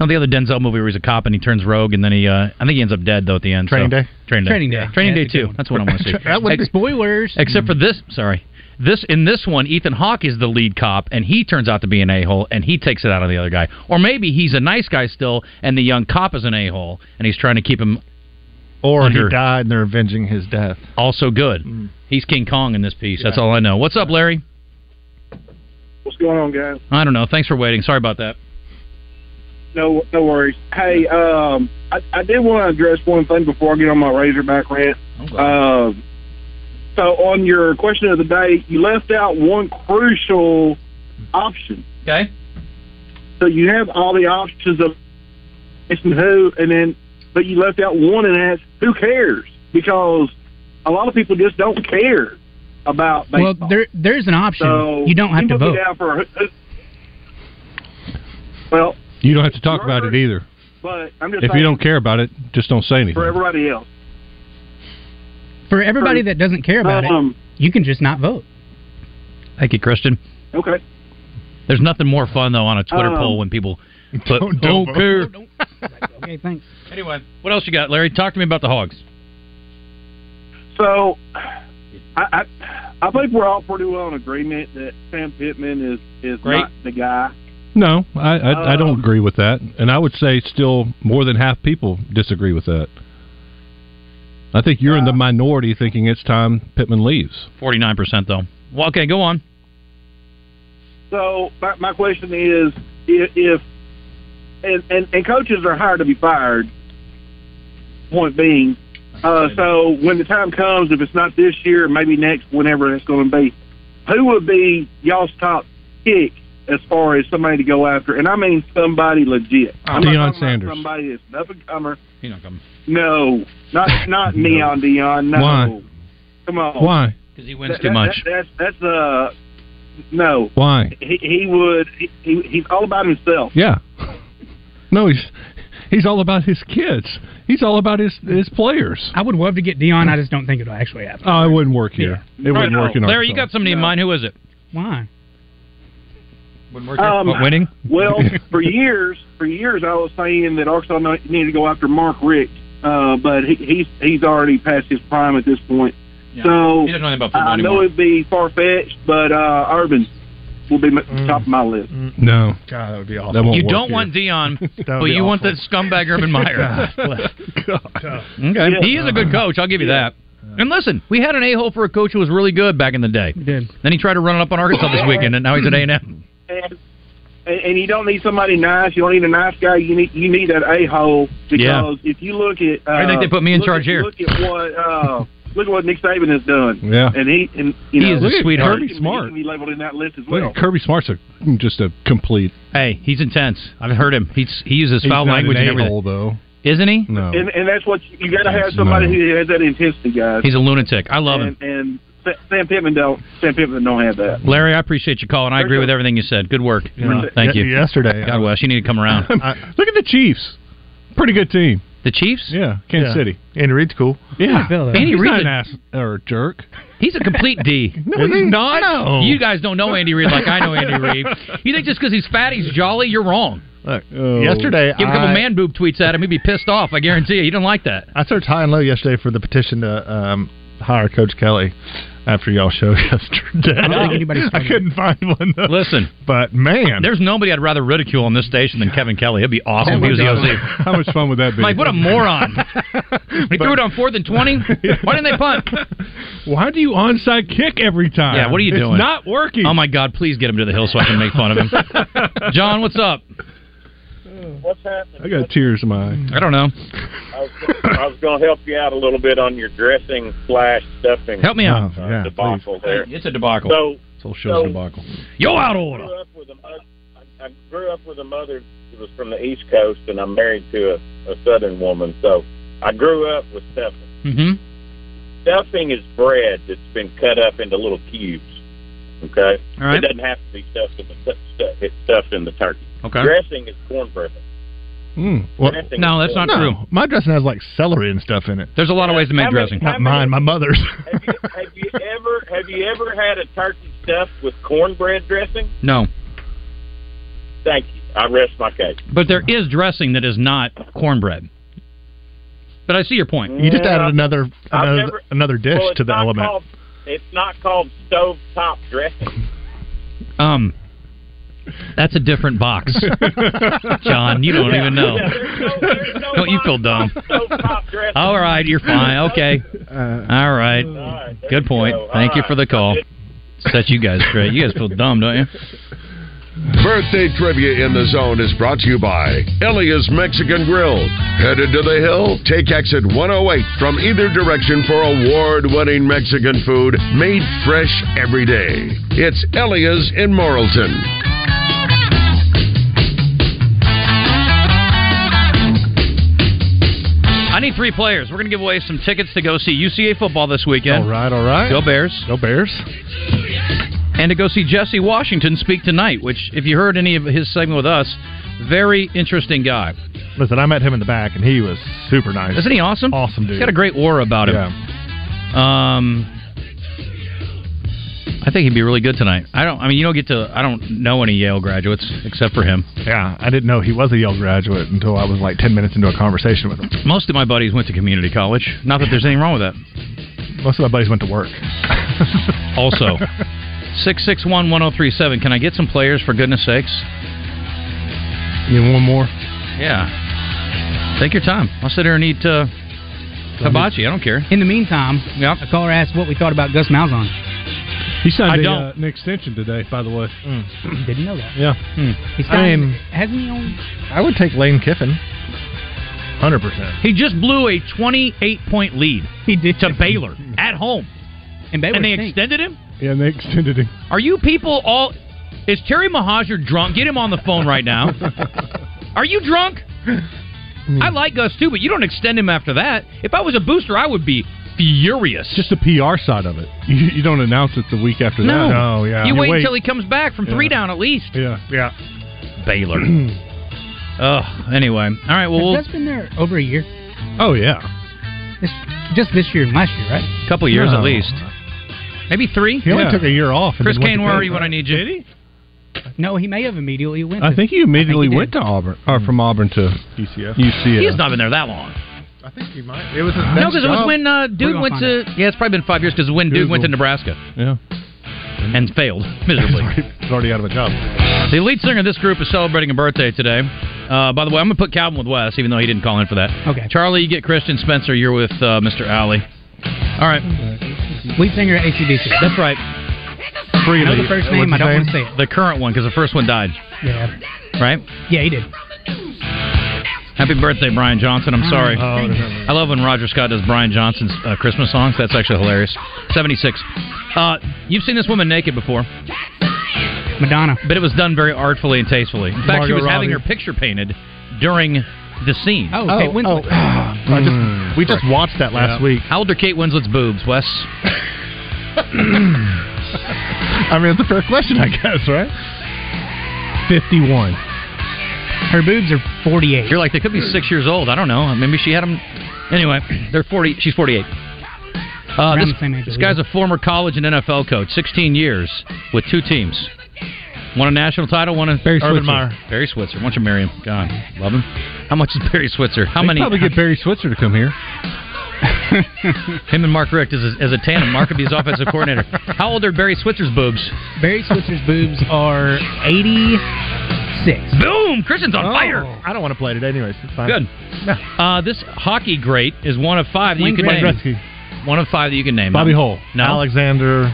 D: Oh, the other Denzel movie where he's a cop and he turns rogue, and then he. Uh, I think he ends up dead though at the end.
E: Training
D: so-
E: Day?
D: Training day.
F: Training Day.
D: Training
F: Yeah,
D: day
F: that's a good
D: too.
F: one.
D: That's what I want to see.
E: That would
D: Ex-
E: be-
F: Spoilers.
D: Except for this. Sorry. This in this one, Ethan Hawke is the lead cop, and he turns out to be an a hole, and he takes it out on the other guy. Or maybe he's a nice guy still, and the young cop is an a hole, and he's trying to keep him
E: Or
D: Under-
E: he died and they're avenging his death.
D: also good.
F: Mm.
D: He's King Kong in this piece. That's all I know. What's up, Larry?
I: What's going on, guys?
D: I don't know. Thanks for waiting. Sorry about that.
I: No, no worries. Hey, um, I, I did want to address one thing before I get on my Razorback rant. Um, so, on your question of the day, you left out one crucial option.
D: Okay.
I: So you have all the options of it's and who, and then but you left out one, and that's who cares? Because a lot of people just don't care. about
F: Well,
I: baseball.
F: there there is an option.
I: so
F: you don't have
I: he
F: to
I: put me
F: vote.
I: down for who- well,
G: You don't have to talk about it either.
I: but I'm just
G: If you
I: saying
G: don't care about it, just don't say
I: for
G: anything.
I: everybody else.
F: For everybody that doesn't care about
I: Um,
F: it, you can just not vote.
D: Thank you, Christian.
I: Okay.
D: There's nothing more fun though on a Twitter
F: Um,
D: poll when people put don't,
F: don't vote.
D: care.
F: Okay, thanks.
D: Anyway, what else you got, Larry? Talk to me about the Hogs.
I: So, I, I I think we're all pretty well in agreement that Sam Pittman is is
G: Great.
I: not the guy.
G: No, I, I, I
E: Oh.
I: Um,
G: don't agree with that, and I would say still more than half people disagree with that. I think you're in
E: Uh,
G: the minority thinking it's time Pittman leaves.
D: Forty nine percent though. Well, okay, go on.
I: So my, my question is, if, if and, and and coaches are hired to be fired. Point being, uh, so when the time comes, if it's not this year, maybe next, whenever it's going to be, who would be y'all's top pick as far as somebody to go after? And I mean somebody legit. I'm not
G: Deion
I: talking about
G: Sanders.
I: Somebody that's an up and comer.
D: He's not coming.
I: No, not not Neon Dion. No.
G: Why?
I: Come on.
G: Why?
D: Because he
I: That- that- that- that's that's uh no.
G: Why?
I: He, he would. He, he, he's all about himself.
G: Yeah. No, he's he's all about his kids. He's all about his his players.
F: I would love to get Dion. I just don't think it'll actually happen.
G: Oh, it wouldn't work here. It wouldn't work in
D: Larry, you
G: Arkansas.
D: got somebody in mind. Who is it?
F: Why?
I: Um,
D: What, winning?
I: Well, for years, for years, I was saying that Arkansas needed to go after Mark Rick, uh, but he, he's he's already past his prime at this point. So
D: he
I: uh,
D: doesn't know anything about football
I: I know
D: anymore.
I: it'd be far fetched, but uh, Urban will be at
D: Mm.
I: the top of my list.
G: No.
E: God, that would be awful.
G: That won't
D: You
G: work
D: don't
G: here.
D: want Dion,
E: would
D: but
E: be
D: you want
E: awful.
D: that scumbag Urban Meyer. okay,
E: Yeah. Uh-huh.
D: he is a good coach. I'll give you that. And listen, we had an a hole for a coach who was really good back in the day.
F: did.
D: Then he tried to run it up on Arkansas this weekend, and now he's at A and M.
I: And, and and you don't need somebody nice. You don't need a nice guy. You need you need that a hole because if you look at, uh,
D: I think they put me in
I: look
D: charge
I: at-
D: here.
I: Look at what uh, look at what Nick Saban has done.
G: Yeah.
I: and he and
D: He
I: you know,
D: is a Look at sweetheart. Kirby
I: He can be-
G: Smart.
I: He can be labeled in that list as well.
G: Look, Kirby Smart's a, just a complete.
D: Hey, he's intense. I've heard him. He's he uses
G: He's
D: foul
G: not
D: language
G: an
D: and everything,
G: a-hole, though.
D: isn't he?
G: No.
I: And and that's what you, got to have somebody who has that intensity, guys.
D: He's a lunatic. I love him.
I: and, and Sa- Sam Pittman don't. Sam Pittman don't have that.
D: Larry, I appreciate your call, and I agree with everything you said. Good work. Thank
E: Ye-
D: you.
E: Yesterday, uh,
D: God bless. You need to come around.
G: Look at the Chiefs. Pretty good team.
D: The Chiefs?
G: Yeah, Kansas
E: Yeah.
G: City.
E: Andy Reid's cool.
G: Yeah.
D: Andy
G: he's
D: Reid's
G: not
D: a-
G: an ass or a jerk.
D: He's a complete D.
G: No, he's not. No.
D: You guys don't know Andy Reid like I know Andy Reid. You think just because he's fat, he's jolly? You're wrong.
E: Look,
G: Oh.
E: yesterday
D: Give him a couple
E: I-
D: man boob tweets at him, he'd be pissed off. I guarantee you. He didn't like that.
E: I searched high and low yesterday for the petition to um, hire Coach Kelly after y'all show yesterday.
F: I don't think anybody's
E: I
F: started.
E: couldn't find one. Though.
D: Listen,
E: But man,
D: there's nobody I'd rather ridicule on this station than Kevin Kelly. It'd be awesome if he was the OC.
G: Oh How much fun would that be?
D: Like, what a moron. He threw it on fourth and 20. Why didn't they punt?
G: Why do you onside kick every time?
D: Yeah, what are you
G: It's
D: doing?
G: not working.
D: Oh, my God. Please get him to the hill so I can make fun of him. John, what's up?
J: What's happening?
G: I got tears in my eye.
D: I don't know.
J: I was, I was going to help you out a little bit on your dressing slash stuffing
D: Help me out.
E: Oh, yeah, please.
J: debacle there.
D: It's a debacle.
J: So
D: This whole
J: show's a
D: debacle. Yo, out of
J: I
D: order.
J: grew up with a mo- I- I grew up with a mother who was from the East Coast, and I'm married to a, a Southern woman. So I grew up with stuffing.
D: hmm
J: Stuffing is bread that's been cut up into little cubes. Okay,
D: All right.
J: it doesn't have to be stuffed in the stu- stu- it's stuffed in the turkey.
D: Okay.
J: Dressing is cornbread.
E: Mm, well,
J: Dressing
D: No,
J: is
D: that's not
J: cornbread.
D: true.
E: no, my dressing has like celery and stuff in it.
D: There's a lot of ways to make
J: How many-
D: dressing.
J: how
E: Not mine, my mother's.
J: have, you, have you ever have you ever had a turkey stuffed with cornbread dressing?
D: No.
J: Thank you. I rest my case.
D: But there is dressing that is not cornbread. But I see your point.
E: you just
J: Yeah.
E: added another
J: I've
E: another,
J: never-
E: another dish
J: Well, it's
E: to the
J: not
E: element.
J: Called, it's not called stovetop dressing.
D: Um, that's a different box, John. You don't even know.
J: Yeah, there's no- there's no
D: Don't you feel dumb?
J: box called stovetop dressing.
D: All right, you're fine. Okay. All right.
J: All right, there
D: Good
J: you
D: point.
J: go.
D: Thank
J: All
D: you for
J: right.
D: the call. Set you guys straight. You guys feel dumb, don't you?
B: Birthday trivia in the zone is brought to you by Elia's Mexican Grill. Headed to the hill? Take exit 108 from either direction for award-winning Mexican food made fresh every day. It's Elia's in Morrilton.
D: I 23 players. We're going to give away some tickets to go see UCA football this weekend.
E: All right, all right.
D: Go Bears.
E: Go Bears.
D: And to go see Jesse Washington speak tonight, which, if you heard any of his segment with us, very interesting guy.
E: Listen, I met him in the back, and he was super nice.
D: Isn't he awesome?
E: Awesome dude.
D: He's got a great aura about him. Um, I think he'd be really good tonight. I don't. I mean, you don't get to. I don't know any Yale graduates except for him.
E: Yeah, I didn't know he was a Yale graduate until I was like ten minutes into a conversation with him.
D: Most of my buddies went to community college. Not that there's anything wrong with that.
E: Most of my buddies went to work.
D: Also, six six one one zero three seven. Can I get some players for goodness sakes?
E: You want one more?
D: Yeah. Take your time. I'll sit here and eat uh, hibachi. I don't care.
F: In the meantime,
D: a
F: caller asked what we thought about Gus Malzahn.
G: He signed
F: I
G: a,
F: don't.
G: uh, an extension today, by the way.
F: Didn't know that.
G: Yeah.
F: Mm.
D: Hmm.
F: He
E: I
F: signed,
E: mean,
F: hasn't he owned?
E: I would take Lane Kiffin. Hundred percent.
D: He just blew a twenty-eight point lead.
F: He did
D: to Baylor at home,
F: and Baylor
D: and they
F: stinks.
D: extended him.
G: Yeah, and they extended him.
D: Are you people all? Is Terry Mahajer drunk? Get him on the phone right now. Are you drunk? I like Gus too, but you don't extend him after that. If I was a booster, I would be furious.
G: Just the PR side of it. You, you don't announce it the week after
D: No.
G: that. Oh,
D: No,
G: yeah.
D: you wait until he comes back from three
G: Yeah.
D: down at least.
G: Yeah.
E: Yeah.
D: Baylor. Ugh. Anyway, all right. Well,
F: Has Gus been there over a year?
G: Oh yeah.
F: Just this year and last year, right?
D: a couple years
F: No.
D: at least. Maybe three.
F: He only took a
E: year off.
D: Chris Kane, where are you when I need you?
F: No, he may have immediately went.
G: I
F: to-
G: think he immediately
F: I think he
G: went to Auburn, or from Auburn to
E: UCF.
G: UCF.
D: He's not been there that long.
E: I think he might.
D: Oh,
E: It was his
D: No, because it was when uh, Duke went to. Yeah, it's probably been five years because when Duke went to Nebraska.
G: Yeah.
D: And failed miserably.
E: He's already out of a job.
D: The lead singer of this group is celebrating a birthday today. Uh, by the way, I'm going to put Calvin with Wes, even though he didn't call in for that.
F: Okay.
D: Charlie, you get Christian Spencer. You're with uh, Mr. Alley. All right.
F: Lead singer at ACDC.
D: That's right.
F: I know the first name. I don't want to say it.
D: The current one, because the first one died,
F: Yeah.
D: right?
F: Yeah, he did.
D: Happy birthday, Brian Johnson. I'm sorry.
F: Oh,
D: I love when Roger Scott does Brian Johnson's uh, Christmas songs. That's actually hilarious. 76. Uh, you've seen this woman naked before.
F: Madonna.
D: But it was done very artfully and tastefully. In fact, she
F: Margot
D: was having
F: Robbie.
D: her picture painted during the scene.
F: Oh, Kate Winslet.
E: oh. I just, we just watched that last week.
D: How old are Kate Winslet's boobs, Wes?
E: I mean, it's a fair question, I guess, right?
G: Fifty-one.
F: Her boobs are 48.
D: You're like they could be six years old. I don't know. Maybe she had them. Anyway, they're 40. She's 48. Uh,
F: Around
D: this,
F: the same age
D: this
F: as
D: guy's a former college and NFL coach, 16 years with two teams. Won a national title. Won a Barry
G: Switzer.
D: Barry Switzer. Why don't you marry him? God, love him. How much is Barry Switzer? How
G: They
D: many?
G: Probably get Barry Switzer to come here.
D: Him and Mark Richt as a, as a tandem. Mark would be his offensive coordinator. How old are Barry Switzer's boobs?
F: Barry Switzer's boobs are 86.
D: Boom! Christian's
E: Oh.
D: on fire.
E: I don't want to play today, anyways. It's fine.
D: Good. Uh, this hockey great is one of five that
E: Wayne
D: you can name.
E: Gretzky,
D: One of five that you can name.
E: Bobby
D: No.
E: Hole,
D: No.
E: Alexander.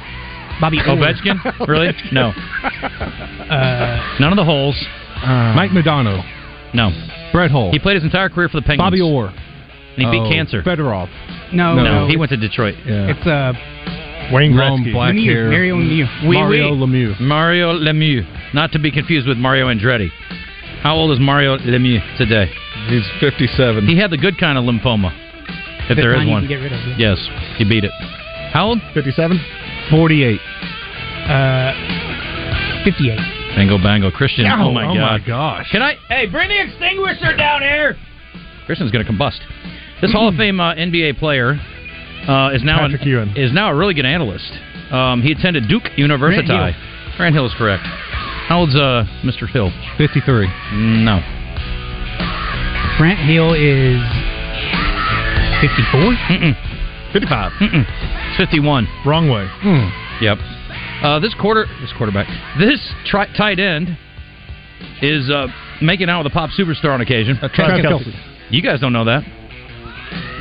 F: Bobby Orr.
D: Ovechkin? really? No.
F: Uh,
D: None of the holes.
G: Uh, Mike Madonna.
D: No.
G: Brett Hull.
D: He played his entire career for the Penguins.
G: Bobby Orr.
D: And he beat
G: Oh,
D: cancer.
G: Fedorov.
F: no,
D: No,
F: no,
D: he went to Detroit.
G: Yeah.
F: It's uh,
E: Wayne
G: Long
E: Gretzky.
G: black
F: Lemieux,
G: hair.
F: Mario Lemieux.
D: Oui,
G: Mario
D: oui.
G: Lemieux.
D: Mario Lemieux. Not to be confused with Mario Andretti. How old is Mario Lemieux today?
G: He's 57.
D: He had the good kind of lymphoma, if there is
F: Fine, you
D: one.
F: can get rid of it.
D: Yes, he beat it. How old?
E: 57?
G: 48.
F: Uh, 58.
D: Bango, bango. Christian.
G: Ow,
D: oh, my
G: oh
D: God.
G: my gosh.
D: Can I? Hey, bring the extinguisher down here. Christian's going to combust. This Hall of Fame uh, NBA player uh, is now
E: Patrick
D: an,
E: Ewing.
D: is now a really good analyst. Um, he attended Duke University.
F: Grant
D: Grant Hill is correct. How old's uh, Mr. Hill?
G: 53.
D: No,
F: Brent Hill is 54.
D: Mm-mm.
E: 55.
D: Mm-mm. It's fifty-one.
E: Wrong way.
F: Hmm.
D: Yep. Uh, this quarter, this quarterback, this tri- tight end is uh, making out with a pop superstar on occasion.
E: Travis Kelce.
D: You guys don't know that.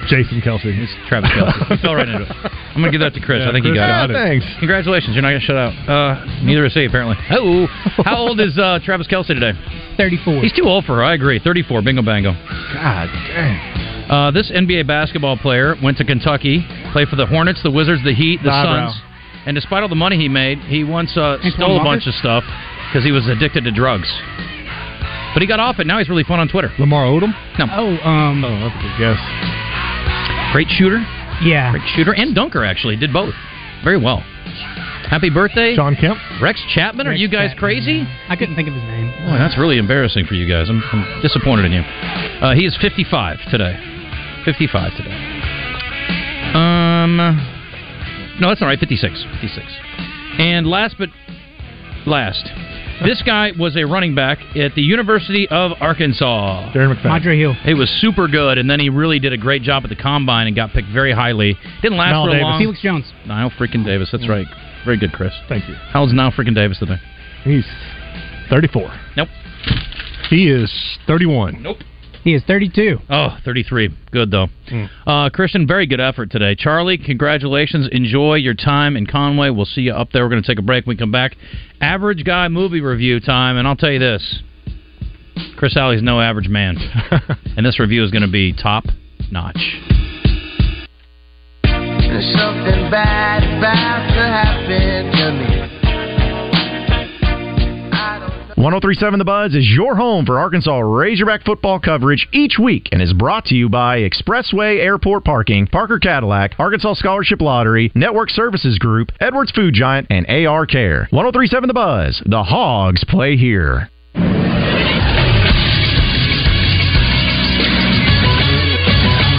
E: Jason Kelsey.
D: It's Travis Kelsey. he fell right into it. I'm going to give that to Chris. I think he got it.
E: Thanks.
D: Congratulations, you're not gonna shut out. Uh, neither is he apparently. Oh, how old is uh, Travis Kelsey today?
F: 34.
D: He's too old for her. I agree. Thirty-four. Bingo, bango.
E: God dang.
D: Uh, this NBA basketball player went to Kentucky, played for the Hornets, the Wizards, the Heat, the
E: Eyebrow.
D: Suns, and despite all the money he made, he once uh,
F: Antoine
D: stole a
F: Walker?
D: bunch of stuff because he was addicted to drugs. But he got off it. Now he's really fun on Twitter.
G: Lamar Odom.
D: No.
F: Oh, um,
E: Oh, that's a good guess.
D: Great shooter.
F: Yeah.
D: Great shooter and dunker, actually. Did both. Very well. Happy birthday. Sean
E: Kemp.
D: Rex Chapman. Are
F: Rex
D: you guys
F: Chapman.
D: crazy?
F: I couldn't think of his name.
D: Boy, that's really embarrassing for you guys. I'm, I'm disappointed in you. Uh, he is 55 today. 55 today. Um, no, that's all right. 56. 56. And last but last, this guy was a running back at the University of Arkansas.
E: Darren McFadden.
F: Andre Hill.
D: He was super good, and then he really did a great job at the combine and got picked very highly. Didn't last
F: Niall
D: for a
F: Davis.
D: long.
F: Felix Jones.
D: Niall freaking Davis. That's right. Very good, Chris.
E: Thank you.
D: How old's Niall freaking Davis today?
E: He's 34.
D: Nope.
E: He is 31.
D: Nope.
F: He is 32.
D: Oh, 33. Good, though. Uh, Christian, very good effort today. Charlie, congratulations. Enjoy your time in Conway. We'll see you up there. We're going to take a break when we come back. Average guy movie review time, and I'll tell you this Chris Alley's no average man. and this review is going to be top notch.
A: There's something bad about to happen to me.
K: 1037 The Buzz is your home for Arkansas Razorback football coverage each week and is brought to you by Expressway Airport Parking, Parker Cadillac, Arkansas Scholarship Lottery, Network Services Group, Edwards Food Giant, and AR Care. 1037 The Buzz, the Hogs play here.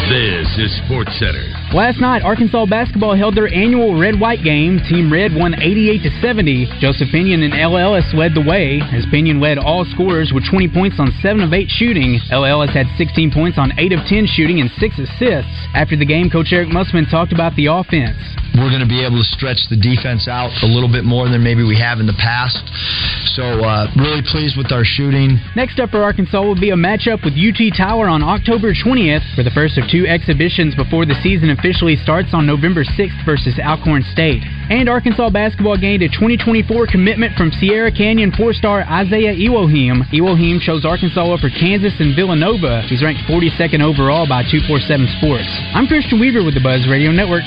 B: This is Sports Center.
F: Last night, Arkansas basketball held their annual red white game. Team Red won 88 to 70. Joseph Pinion and LLS led the way as Pinion led all scorers with 20 points on 7 of 8 shooting. LLS had 16 points on 8 of 10 shooting and 6 assists. After the game, coach Eric Musman talked about the offense.
L: we're going to be able to stretch the defense out a little bit more than maybe we have in the past. So uh, really pleased with our shooting.
F: Next up for Arkansas will be a matchup with UT Tower on October 20th for the first of two exhibitions before the season officially starts on November 6th versus Alcorn State. And Arkansas basketball gained a 2024 commitment from Sierra Canyon four-star Isaiah Ewohim. Ewohim chose Arkansas over Kansas and Villanova. He's ranked 42nd overall by 247 Sports. I'm Christian Weaver with the Buzz Radio Network.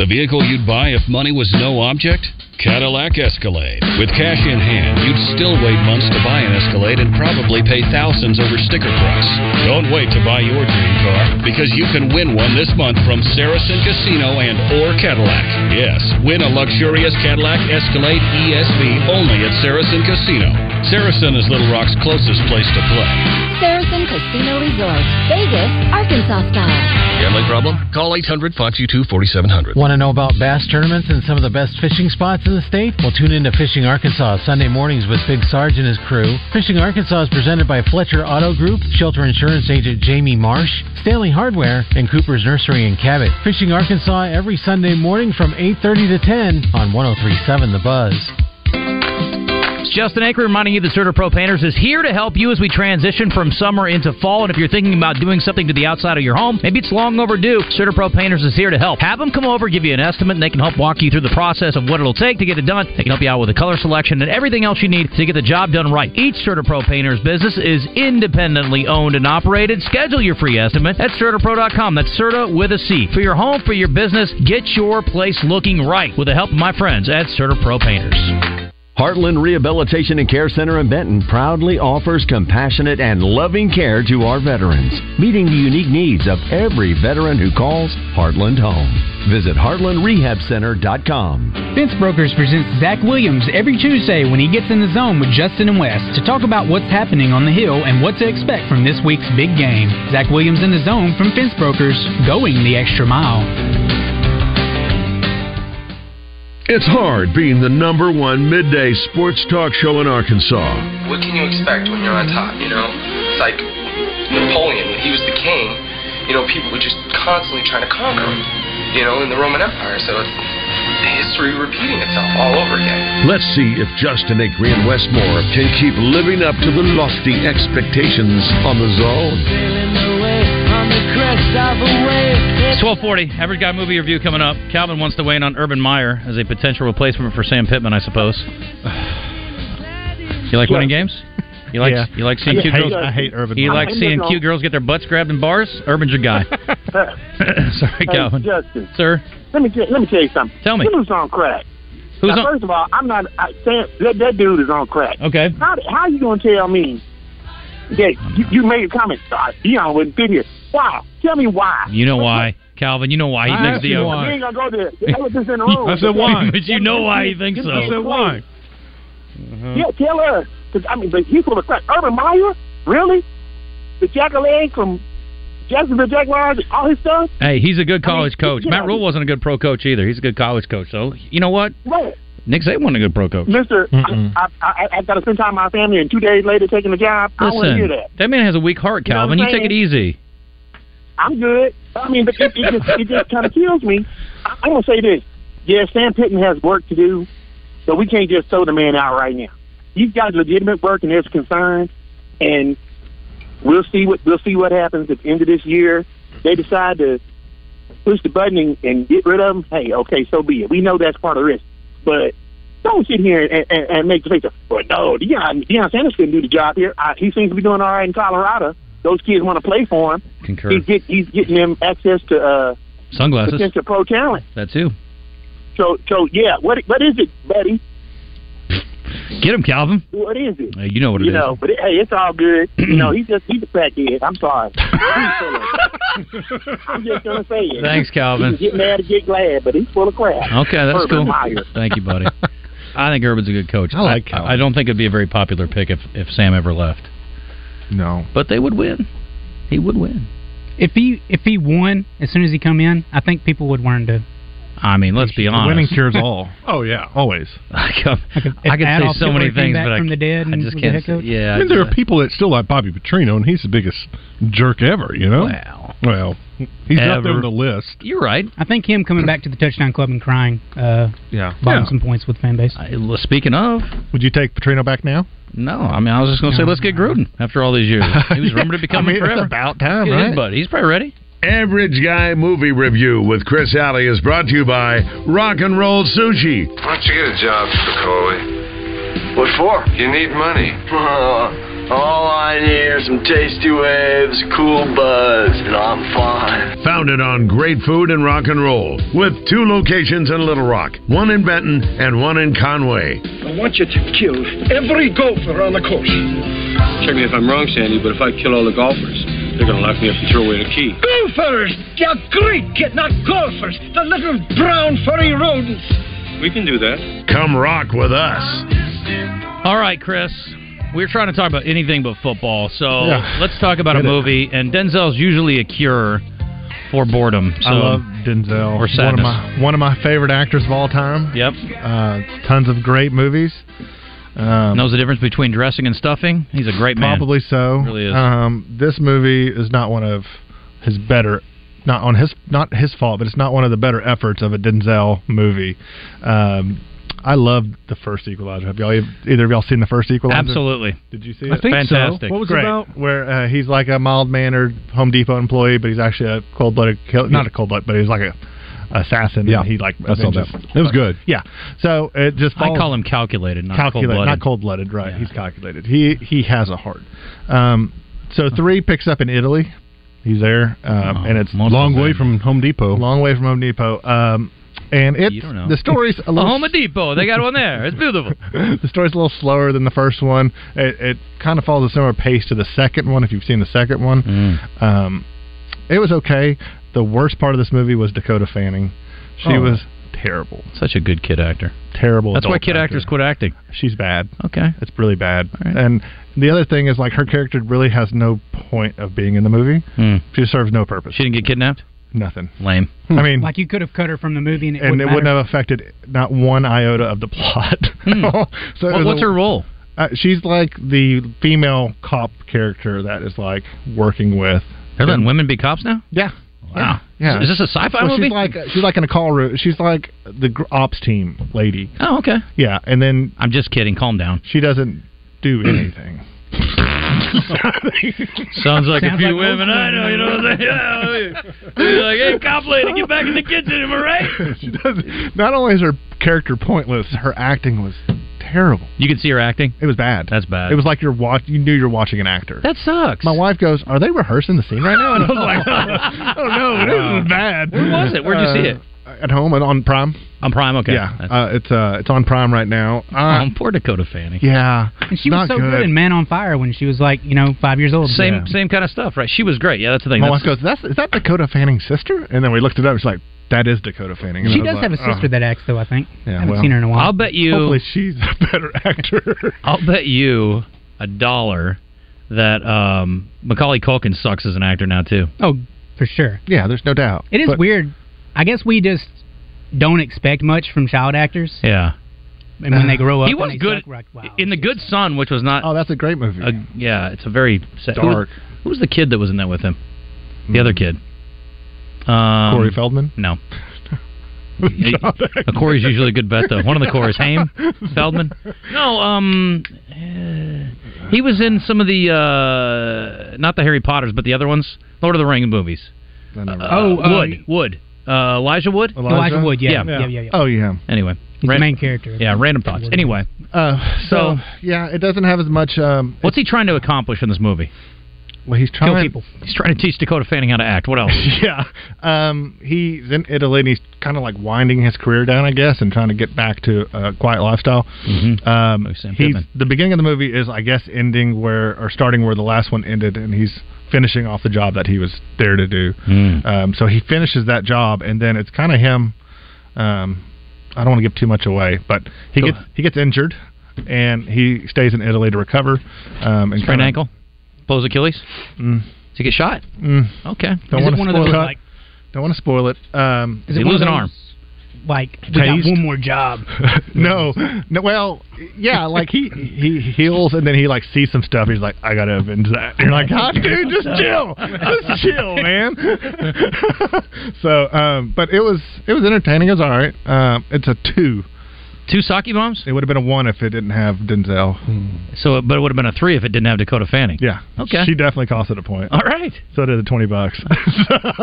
M: The vehicle you'd buy if money was no object? Cadillac Escalade. With cash in hand, you'd still wait months to buy an Escalade and probably pay thousands over sticker price. Don't wait to buy your dream car because you can win one this month from Saracen Casino and or Cadillac. Yes, win a luxurious Cadillac Escalade ESV only at Saracen Casino. Saracen is Little Rock's closest place to play.
N: Saracen Casino Resort, Vegas, Arkansas style.
M: Gambling problem? Call 800 522 4700.
O: Want to know about bass tournaments and some of the best fishing spots in the state? Well, tune in to Fishing Arkansas Sunday mornings with Big Sarge and his crew. Fishing Arkansas is presented by Fletcher Auto Group, Shelter Insurance Agent Jamie Marsh, Stanley Hardware, and Cooper's Nursery in Cabot. Fishing Arkansas every Sunday morning from 8.30 to 10 on 1037 The Buzz.
D: It's Justin Anchor reminding you that Serta Pro Painters is here to help you as we transition from summer into fall. And if you're thinking about doing something to the outside of your home, maybe it's long overdue. Serta Pro Painters is here to help. Have them come over, give you an estimate, and they can help walk you through the process of what it'll take to get it done. They can help you out with the color selection and everything else you need to get the job done right. Each Serta Pro Painters business is independently owned and operated. Schedule your free estimate at CertaPro.com. That's Serta with a C. For your home, for your business, get your place looking right with the help of my friends at Serta Pro Painters.
K: Heartland Rehabilitation and Care Center in Benton proudly offers compassionate and loving care to our veterans, meeting the unique needs of every veteran who calls Heartland home. Visit heartlandrehabcenter.com.
F: Fence Brokers presents Zach Williams every Tuesday when he gets in the zone with Justin and Wes to talk about what's happening on the Hill and what to expect from this week's big game. Zach Williams in the zone from Fence Brokers, going the extra mile.
B: It's hard being the number one midday sports talk show in Arkansas.
P: what can you expect when you're on top, you know? It's like Napoleon, when he was the king, you know, people were just constantly trying to conquer him, you know, in the Roman Empire. So it's, history repeating itself all over again.
B: Let's see if Justin Acre and Westmore can keep living up to the lofty expectations on the zone.
D: It's 1240. Average Guy movie review coming up. Calvin wants to weigh in on Urban Meyer as a potential replacement for Sam Pittman, I suppose. You like winning games? You like
E: Yeah.
D: you like seeing
E: I
D: cute
E: hate-
D: girls?
E: I hate Urban
D: You
E: Meyer.
D: like seeing cute girls get their butts grabbed in bars? Urban's your guy. Sorry,
Q: Hey,
D: Calvin.
Q: Justin,
D: Sir,
Q: let me tell- let me tell you something.
D: Tell me.
Q: Who's on crack?
D: Who's
Q: now,
D: on-
Q: First of all, I'm not. I, Sam, that, that dude is on crack.
D: Okay.
Q: How how you gonna tell me that you, you made a comment? Uh, Dion wouldn't fit here. Why? Tell me why.
D: you know why. Calvin, you know why he thinks the
Q: We ain't gonna go there. I was just in the room.
D: but you know why he thinks so.
Q: Uh-huh. Yeah, tell her. 'Cause, I mean, but he's full of crap. Urban Meyer, really? The jackal from Jacksonville Jaguars, all his stuff.
D: Hey, he's a good college coach.
Q: you
D: Matt
Q: know-
D: Rule wasn't a good pro coach either. He's a good college coach. So you know what?
Q: Right.
D: Nick Saban wasn't a good pro coach.
Q: Mister,
D: Mm-mm.
Q: I, I, I, I got to spend time with my family, and two days later taking a job. I want to hear
D: Listen,
Q: that.
D: that man has a weak heart,
Q: You know what
D: Calvin. You,
Q: I'm
D: take it
Q: saying?
D: easy.
Q: I'm good. I mean, but it, it just, it just kind of kills me. I, I'm gonna say this. Yeah, Sam Pittman has work to do, but we can't just throw the man out right now. He's got legitimate work, and there's concerns, and we'll see what we'll see what happens at the end of this year. They decide to push the button and, and get rid of him. Hey, okay, so be it. We know that's part of the risk, but don't sit here and, and, and make the face of, well, no, Deion, Deion Sanders couldn't do the job here. I, he seems to be doing all right in Colorado. Those kids want to play for him.
D: Concur.
Q: He's, get, he's getting them access to uh,
D: Sunglasses.
Q: potential pro talent.
D: That too.
Q: So, so yeah, what what is it, buddy?
D: Get him, Calvin.
Q: What is it?
D: Hey, you know what it
Q: you
D: is.
Q: know, but it, hey, it's all good. you know, he's just he's a crackhead. I'm sorry. He's full of- I'm just gonna say it.
D: Thanks, Calvin.
Q: You can get mad to get glad, but he's full of crap.
D: Okay, that's
Q: Urban
D: cool.
Q: Meyer.
D: Thank you, buddy. I think Urban's a good coach. I
Q: like
D: I, don't think it'd be a very popular pick if, if Sam ever left.
E: No.
D: But they would win. He would win.
F: If he if he won as soon as he come in, I think people would learn to.
D: I mean, let's be honest.
F: winning cures all.
E: Oh yeah, always.
D: I can,
F: If
D: I can
F: Adolf
D: say so
F: Hitler
D: many
F: came
D: things,
F: back
D: but I,
F: from the dead
D: I
F: and was
D: just
F: the
D: can't.
F: head
D: Say,
F: coach?
D: yeah,
G: I mean, there are people that still like Bobby Petrino, and he's the biggest jerk ever. You know.
D: Wow.
G: Well, he's up there
D: Ever.
G: on the list.
D: You're right.
F: I think him coming back to the touchdown club and crying, uh,
E: yeah,
F: bought him
D: Yeah.
F: some points with the fan base.
D: speaking of,
E: would you take Petrino back now?
D: No, I mean, I was just going to say, let's get Gruden after all these years. He was rumored to be coming
E: I mean, it's
D: forever.
E: about time,
D: It is,
E: right?
D: buddy. He's probably ready.
B: Average Guy Movie Review with Chris Alley is brought to you by Rock and Roll Sushi.
P: Why don't you get a job, Spicoli? What for? You need money.
R: All I need are some tasty waves, cool buzz, and I'm fine.
B: Founded on great food and rock and roll, with two locations in Little Rock, one in Benton and one in Conway.
R: I want you to kill every golfer on the course.
P: Check me if I'm wrong, Sandy, but if I kill all the golfers, they're going to lock me up and throw away the key.
R: Gophers! You're Greek, kid, not golfers! The little brown furry rodents!
P: We can do that.
B: Come rock with us.
D: All right, Chris. We're trying to talk about anything but football, so
E: Yeah.
D: let's talk about a
E: Get it.
D: movie. And Denzel's usually a cure for boredom. So
E: I love Denzel.
D: Or
E: one of
D: sadness.
E: my one of my favorite actors of all time.
D: Yep.
E: Uh, tons of great movies. Um,
D: knows the difference between dressing and stuffing. He's a great man.
E: Probably so.
D: Really is.
E: Um, this movie is not one of his better, not on his not his fault, but it's not one of the better efforts of a Denzel movie. Um, I love the first Equalizer. Have y'all e, either of y'all seen the first Equalizer?
D: Absolutely.
E: Did you see
G: I think so.
D: Fantastic.
G: What was it
E: Great.
G: about?
E: Where uh, he's like a mild mannered Home Depot employee, but he's actually a cold blooded kill not a cold blood, but he's like a assassin.
G: Yeah.
E: and he like
G: I saw
E: avenges-
G: that. It was good.
E: Yeah, so it just
D: I
E: follows-
D: call him calculated, not
E: calculated,
D: cold-blooded.
E: not cold blooded. Right, he's calculated. He he has a heart. Um, so three picks up in Italy. He's there, um, and it's long way
G: from Home Depot.
E: Long way from Home Depot. Um, and it's the story's a little
D: Home Depot. They got one there. It's beautiful.
E: the story's a little slower than the first one. It, it kind of follows a similar pace to the second one. If you've seen the second one, um, it was okay. The worst part of this movie was Dakota Fanning. She
D: Oh.
E: was terrible,
D: Such a good kid actor.
E: terrible.
D: That's
E: adult
D: why kid
E: actor.
D: actors quit acting.
E: She's bad.
D: Okay.
E: It's really bad. And the other thing is like her character really has no point of being in the movie.
D: Hmm.
E: She serves no purpose.
D: She didn't get kidnapped.
E: Nothing. Hmm.
D: Lame. Hmm.
E: I mean,
F: like you could have cut her from the movie, and it
E: and
F: wouldn't
E: it
F: matter.
E: wouldn't have affected not one iota of the plot.
D: Hmm.
E: so it
F: What-
E: was
F: what's
E: a-
F: her
D: role?
E: Uh, she's like the female cop character that is like working with.
D: They're letting women be cops now.
E: Yeah.
D: Wow.
E: Yeah.
D: Is this a sci-fi
E: Well,
D: movie?
E: She's like she's like in a call room. She's like the gr- ops team lady.
D: Oh, okay.
E: Yeah, and then
D: I'm just kidding. Calm down.
E: She doesn't do anything.
D: Sounds like a
E: Sounds
D: few
E: like
D: women I know. You know what I'm saying? Yeah. You're like, hey, cop lady, get back in the kitchen. Am I right?
E: she doesn't. Not only is her character pointless, her acting was terrible.
D: You could see her acting.
E: It was bad.
D: That's bad.
E: It was like you're watch. You knew you're watching an actor.
D: That sucks.
E: My wife goes, "Are they rehearsing the scene right now?" And I was like,
D: oh
E: no, this is bad. Uh,
D: Where was it? Where'd you see it?
E: "At home and on Prime."
D: On Prime, okay.
E: Yeah, uh, it's uh, it's on Prime right now. Uh,
D: Um, poor Dakota Fanning.
E: Yeah,
F: And she was so
E: not
F: good. in Man on Fire when she was like, you know, five years old.
D: Same same kind of stuff, right? She was great. Yeah, that's the thing.
E: My wife
D: That's-
E: goes, "That's is that Dakota Fanning's sister?" And then we looked it up. She's like, "That is Dakota Fanning." And
F: She
E: I was
F: does
E: like,
F: have a sister
E: "Oh."
F: that acts, though. I think.
E: Yeah,
F: I haven't
E: well,
F: seen her in a while.
D: I'll bet you.
E: Hopefully, she's a better actor.
D: I'll bet you a dollar that um, Macaulay Culkin sucks as an actor now too.
F: Oh, for sure.
E: Yeah, there's no doubt.
F: It is
D: But-
F: weird. I guess we just don't expect much from child actors.
D: Yeah.
F: And when they grow up,
D: Uh-huh.
F: and
D: he was
F: they
D: good
F: suck, we're like,
D: in the Good Son, which was not. Oh,
E: that's a great movie.
D: yeah, it's a very sad, who was-
E: Dark. Hmm.
D: Who was the kid that was in that with him? The other kid. Um,
E: Corey Feldman.
D: No. A Corey's usually a good bet though. One of the Corey's, Haim Feldman. No, um, uh, he was in some of the uh, not the Harry Potter's, but the other ones, Lord of the Rings movies. Uh,
F: Oh, uh,
D: Wood, Wood, uh, Elijah Wood,
F: Elijah? Elijah Wood, yeah, yeah, yeah, yeah.
E: Oh yeah.
D: Anyway,
F: He's the main character.
D: Yeah, random thoughts. Anyway,
E: Uh, so, yeah, it doesn't have as much. Um,
D: what's he trying to accomplish in this movie?
E: Well, he's
D: Kill
E: trying-
D: people. He's trying to teach Dakota Fanning how to act. What else?
E: yeah, um, he's in Italy and he's kind of like winding his career down, I guess, and trying to get back to a quiet lifestyle. Um, he's
D: Mm-hmm. Pittman.
E: the beginning of the movie is, I guess, ending where or starting where the last one ended, and he's finishing off the job that he was there to do.
D: Mm.
E: Um, so he finishes that job, and then it's kind of him. Um, I don't want to give too much away, but he
D: Go-
E: gets he gets injured, and he stays in Italy to recover. Um, and
D: Sprained
E: kinda-
D: ankle, blows Achilles.
E: Mm.
D: Does he get shot?
E: Mm.
D: Okay.
E: Don't
D: Is
E: want to
D: it one
E: spoil
D: of those,
E: it.
D: like-
E: Don't want to spoil it. Um,
D: Is it He one of lose an those- arm.
F: Like we
E: Tased?
F: got one more job.
E: no, no. Well, yeah, like he he heals and then he like sees some stuff. He's like, I gotta avenge that. you're like, God, dude, just chill, just chill, man. so, um, but it was it was entertaining. It was all right. Um, it's a two.
D: Two sake bombs.
E: It would have been a one if it didn't have Denzel.
D: So, but it would have been a three if it didn't have Dakota Fanning.
E: Yeah.
D: Okay.
E: She definitely cost it a point.
D: All right.
E: So did the twenty bucks.
D: it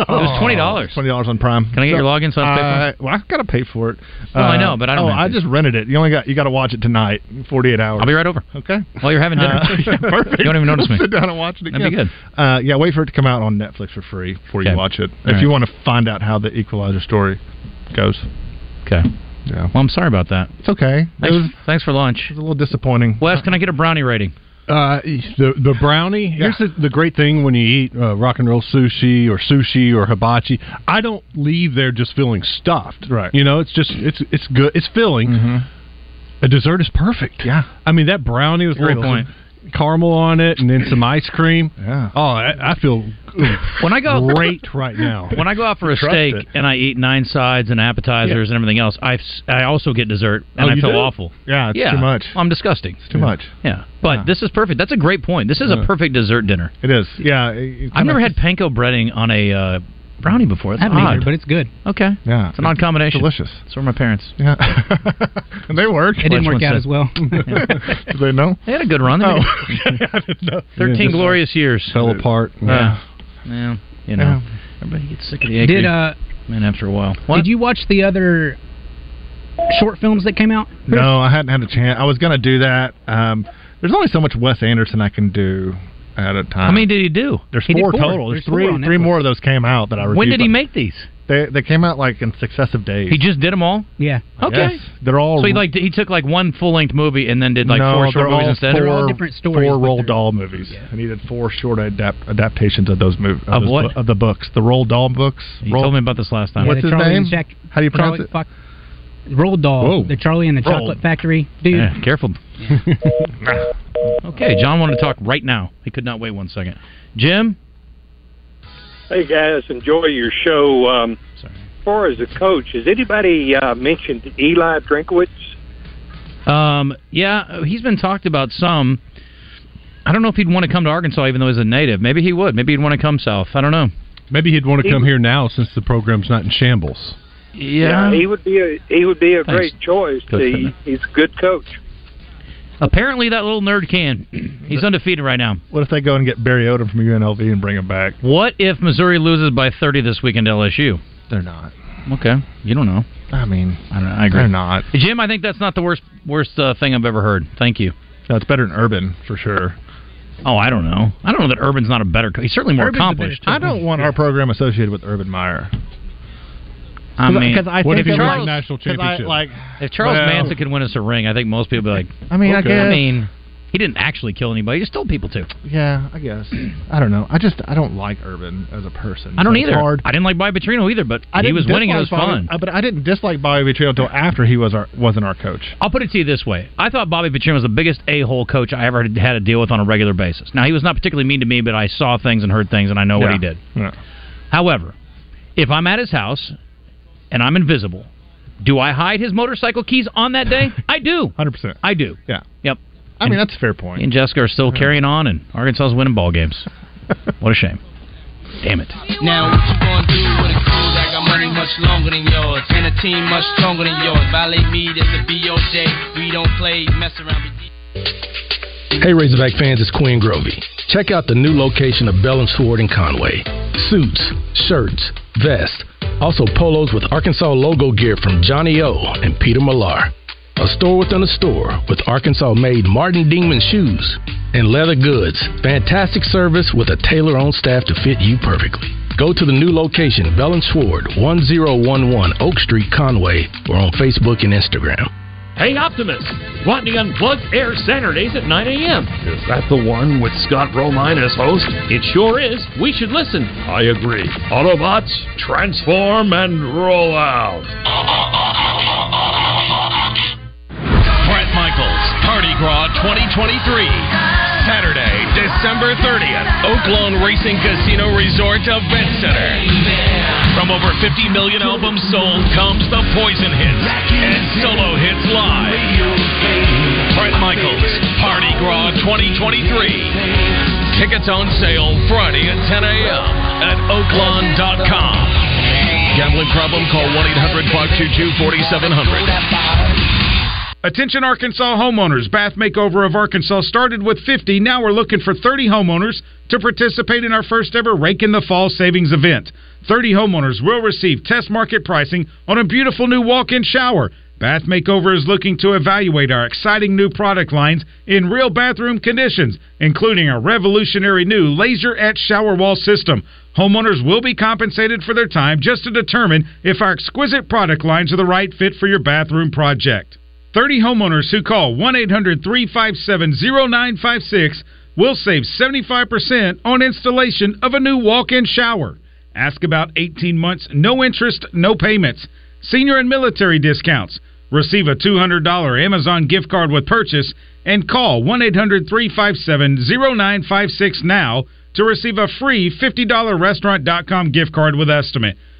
E: Oh.
D: was twenty dollars.
E: Twenty dollars on Prime.
D: Can I get your login so I can pay
E: uh, Well, I gotta pay for it.
D: Well, I know, but I don't
E: Oh,
D: have
E: I just rented it. You only got you got to watch it tonight. Forty eight hours.
D: I'll be right over.
E: Okay.
D: While you're having dinner.
E: Uh, yeah, perfect.
D: You don't even notice me.
E: Sit down and watch it again.
D: That'd be good.
E: Uh, yeah, wait for it to come out on Netflix for free before you
D: Okay.
E: watch it.
D: All
E: if
D: right.
E: you want to find out how the Equalizer story goes.
D: Okay.
E: Yeah.
D: Well, I'm sorry about that.
E: It's okay.
D: Thanks, thanks for lunch. It was
E: a little disappointing.
D: Wes, can I get a brownie rating?
G: Uh, the the brownie. Here's the, the great thing when you eat uh, rock and roll sushi or sushi or hibachi. I don't leave there just feeling stuffed.
E: Right.
G: You know, it's just it's it's good. It's filling. A dessert is perfect.
E: Yeah.
G: I mean that brownie was
D: Great point.
G: Caramel on it, and then some ice cream.
E: Yeah.
G: Oh, I, I feel
D: When I go
G: great right now.
D: When I go out for a
G: Trust
D: steak
G: it.
D: and I eat nine sides and appetizers and everything else, I I also get dessert and
G: Oh,
D: I
G: you
D: feel
G: do?
D: awful.
E: Yeah, it's
D: yeah.
E: too much.
D: I'm disgusting. It's
E: too much.
D: Yeah. But this is perfect. That's a great point. This is a perfect dessert dinner.
E: It is. Yeah. it- it's
D: I've never
E: kinda-
D: had panko breading on a uh, brownie before. That's
E: Haven't either,
D: odd.
E: but
F: it's good.
D: Okay.
E: Yeah.
D: It's an odd combination.
E: Delicious.
D: It's from my parents.
E: Yeah. and they worked.
D: It didn't Which work one out said- as
F: well.
E: Did they know?
D: They had a good run. They
E: Oh.
D: made-
E: I didn't know.
D: 13
E: Yeah, just-
D: glorious years.
G: Fell apart.
D: Yeah. Yeah. You know, everybody gets sick of the acre.
F: Did, uh,
D: Man, after a while.
F: Did you watch the other uh, short films that came out?
E: No, I hadn't had a chance. I was going to do that. Um, there's only so much Wes Anderson I can do at a time.
D: How many did he do?
E: There's
D: He did
E: four
D: four.
E: total. There's,
D: There's four on
E: three. Three
D: Netflix.
E: more of those came out that I reviewed.
D: When did he
E: but
D: make these?
E: They they came out like in successive days.
D: He just did them all.
F: Yeah.
D: Okay.
E: Yes. They're all
D: So he like he took like one full length movie and then did like
E: no,
D: four short
E: they're
D: movies
E: all
D: instead.
E: Four, Four Roald Dahl movies. And he did four short adapt, adaptations of those movies
D: Of
E: those
D: what?
E: bu- of the books. The Roald Dahl books.
D: You
E: Roald-
D: told me about this last time.
E: What's his name? How do you pronounce it?
F: it? Roald Dahl.
D: Whoa.
F: The Charlie and the
D: Roald.
F: Chocolate Factory. Dude.
D: Yeah, careful. okay, John wanted to talk right now. He could not wait one second. Jim,
S: Hey guys, enjoy your show. Um, as far as the coach, has anybody uh, mentioned Eli Drinkowitz?
D: um, yeah, he's been talked about some. I don't know if he'd want to come to Arkansas, even though he's a native. Maybe he would. Maybe he'd want to come south. I don't know.
G: Maybe he'd want to
S: He-
G: come here now since the program's not in shambles.
D: Yeah.
S: he would be a he would be a
D: Thanks,
S: great choice.
D: Coach
S: He,
D: Pittman.
S: he's a good coach.
D: Apparently, that little nerd can. He's undefeated right now.
E: What if they go and get Barry Odom from UNLV and bring him back?
D: What if Missouri loses by 30 this weekend to LSU?
E: They're not.
D: Okay, you don't know.
E: I mean,
D: I don't know. I agree.
E: They're not.
D: Jim, I think that's not the worst worst uh, thing I've ever heard. Thank you.
E: That's better than Urban for sure.
D: Oh, I don't know. I don't know that Urban's not a better. co- He's certainly more
E: Urban's a better
D: accomplished.
E: team. I don't want our program associated with Urban Meyer.
D: I mean,
E: because I
D: What
E: think
D: if
E: of,
D: Charles-
E: like national
D: 'cause I,
E: championship.
D: like, if Charles
E: Well-
D: Manson could win us a ring, I think most people would be like,
E: I mean, I guess.
D: I mean, he didn't actually kill anybody; he just told people to.
E: Yeah, I guess. I don't know. I just I don't like Urban as a person.
D: I don't
E: So it's
D: either.
E: hard.
D: I didn't like Bobby Petrino either, but
E: I
D: he
E: didn't
D: was winning; and it was
E: dislike Bobby-
D: fun.
E: uh, but I didn't dislike Bobby Petrino until after he was our wasn't our coach.
D: I'll put it to you this way: I thought Bobby Petrino was the biggest a-hole coach I ever had had to deal with on a regular basis. Now, he was not particularly mean to me, but I saw things and heard things, and I know what
E: Yeah.
D: he did.
E: Yeah.
D: However, if I'm at his house and I'm invisible, do I hide his motorcycle keys on that day? I do.
E: Hundred percent.
D: I do.
E: Yeah.
D: Yep.
E: I mean, that's a fair point.
D: He and Jessica are still carrying on, and Arkansas's winning ball games. what a shame. Damn it.
T: Now, what you gonna do with a crew that got money much longer than yours? And a team much stronger than yours? Violate me, that's a BOJ. We don't play, mess around. We
U: Hey Razorback fans, it's Quinn Grovey. Check out the new location of Bell and Sword in Conway. Suits, shirts, vests, also polos with Arkansas logo gear from Johnny O and Peter Millar. A store within a store with Arkansas made Martin Dingman shoes and leather goods. Fantastic service with a tailor on staff to fit you perfectly. Go to the new location, Bell and Sword, 1011 Oak Street, Conway, or on Facebook and Instagram.
V: Hey Optimus, want the Unplugged Air Saturdays at 9 a.m. Is that the one with Scott Romine as host? It sure is. We should listen. I agree. Autobots, transform and roll out.
W: Brett Michaels, Party Gras 2023. Saturday, December 30th, Oaklawn Racing Casino Resort Event Center. From over 50 million albums sold comes the poison hits and solo hits live. Brett Michaels, Party Gras 2023. Tickets on sale Friday at 10 a.m. at oaklawn.com. Gambling problem? Call 1 800 522 4700.
X: Attention Arkansas homeowners. Bath Makeover of Arkansas started with 50. Now we're looking for 30 homeowners to participate in our first ever Rake in the Fall savings event. 30 homeowners will receive test market pricing on a beautiful new walk-in shower. Bath Makeover is looking to evaluate our exciting new product lines in real bathroom conditions, including our revolutionary new laser etched shower wall system. Homeowners will be compensated for their time just to determine if our exquisite product lines are the right fit for your bathroom project. 30 homeowners who call 1 800 357 0956 will save 75% on installation of a new walk in shower. Ask about 18 months, no interest, no payments. Senior and military discounts. Receive a $200 Amazon gift card with purchase and call 1 800 357 0956 now to receive a free $50 restaurant.com gift card with estimate.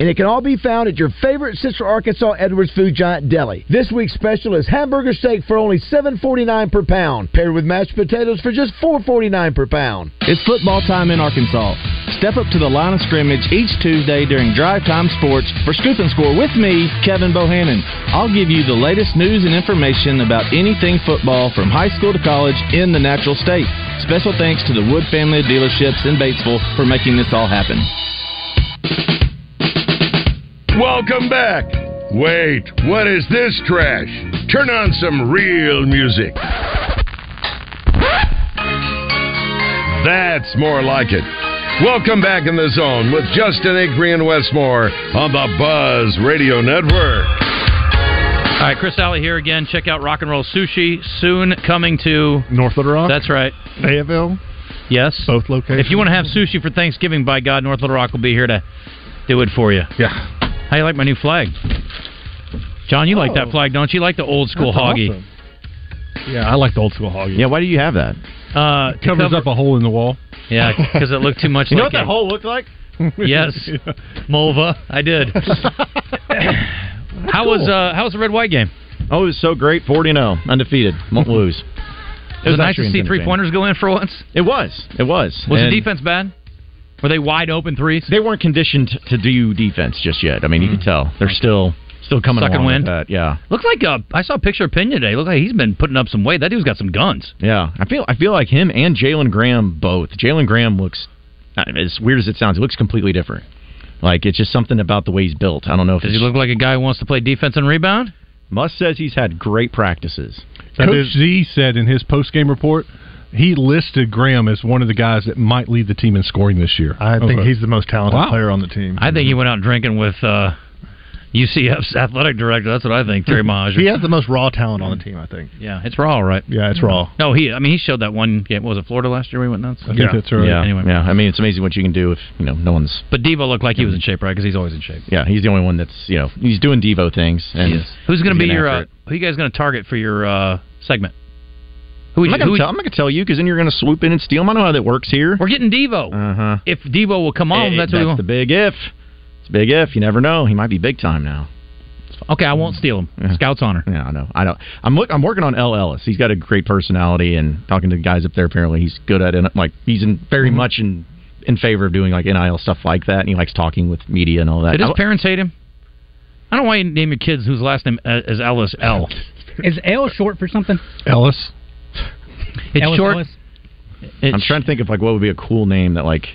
Y: And it can all be found at your favorite Central Arkansas Edwards Food Giant deli. This week's special is hamburger steak for only $7.49 per pound, paired with mashed potatoes for just $4.49 per pound.
Z: It's football time in Arkansas. Step up to the line of scrimmage each Tuesday during Drive Time Sports for Scoop and Score with me, Kevin Bohannon. I'll give you the latest news and information about anything football from high school to college in the natural state. Special thanks to the Wood family of dealerships in Batesville for making this all happen.
B: Welcome back. Wait, what is this trash? Turn on some real music. That's more like it. Welcome back in the zone with Justin Acree and Westmore on the Buzz Radio Network.
D: All right, Chris Alley here again. Check out Rock and Roll Sushi soon coming to
E: North Little Rock.
D: That's right,
E: Fayetteville.
D: Yes,
E: both locations.
D: If you want to have sushi for Thanksgiving, by God, North Little Rock will be here to do it for you.
E: Yeah.
D: How you like my new flag? John, you like that flag, don't you? You Like the old school
G: Oh. That's
D: hoggy.
G: awesome. Yeah, I like the old school hoggy.
D: Yeah,
K: why do you have that?
D: Uh,
G: It covers up a hole in the wall.
D: Yeah, because it looked too much
G: You know
D: like
G: what that
D: a-
G: hole
K: looked like?
D: yes, Mulva. I did. how was uh, how was the red white game?
K: Oh, it was so great. 40 0, undefeted. Won't lose.
D: It was, nice
K: actually
D: to see
K: entertaining.
D: three pointers go in for once.
K: It was. It was.
D: Was
K: And
D: the defense bad? Were they wide open threes?
K: They weren't conditioned to do defense just yet. I mean, you can tell. They're still still coming
D: Suck and
K: along with
D: wind.
K: that. Yeah.
D: Looks like uh, I saw a picture of Pena today. Looks like he's been putting up some weight. That dude's got some guns.
K: Yeah, I feel I feel like him and Jalen Graham both. Jalen Graham looks uh, as weird as it sounds. It looks completely different. Like it's just something about the way he's built. I don't know if
D: Does he
K: it's,
D: look like a guy who wants to play defense and rebound?
K: Musk says he's had great practices.
G: Coach Z said in his post game report, he listed Graham as one of the guys that might lead the team in scoring this year.
E: I think he's the most talented
G: Wow.
E: player on the team.
D: I think he went out drinking with uh, UCF's athletic director. That's what I think, Terry Majer.
E: He has the most raw talent on the team, I think.
D: Yeah, it's raw, right?
E: Yeah, it's raw.
D: No, he. I mean, he showed that one game. What was it Florida last year? We went nuts.
K: yeah. Yeah,
D: Anyway,
K: yeah. I mean, it's amazing what you can do if you know no one's.
D: but Devo looked like he was in shape, right? Because he's always in shape.
K: Yeah, he's the only one that's you know he's doing Devo things. And
D: Who's going
K: he's
D: to be
K: getting
D: your?
K: after
D: Uh, who you guys going to target for your uh, segment? Who
K: I'm not
D: who
K: going to tell. I'm not gonna tell you because then you're going to swoop in and steal them. I know how that works here.
D: We're getting Devo.
K: Uh huh.
D: If Devo will come on,
K: Eh,
D: that's what we want.
K: the big if. It's a big if. You never know. He might be big time now.
D: Okay, I won't steal him. Scouts honor.
K: Yeah, I know. I know. I'm look. I'm working on L. Ellis. He's got a great personality, and talking to the guys up there, apparently he's good at it. Like he's in very
D: Mm-hmm.
K: much in in favor of doing like nil stuff like that, and he likes talking with media and all that.
D: Did his
K: I-
D: parents hate him? I don't know why you name your kids whose last name uh, is Ellis L.
F: Is L short for something?
G: Ellis.
D: It's
F: Ellis
D: short.
F: Ellis?
K: I'm trying to think of like what would be a cool name that like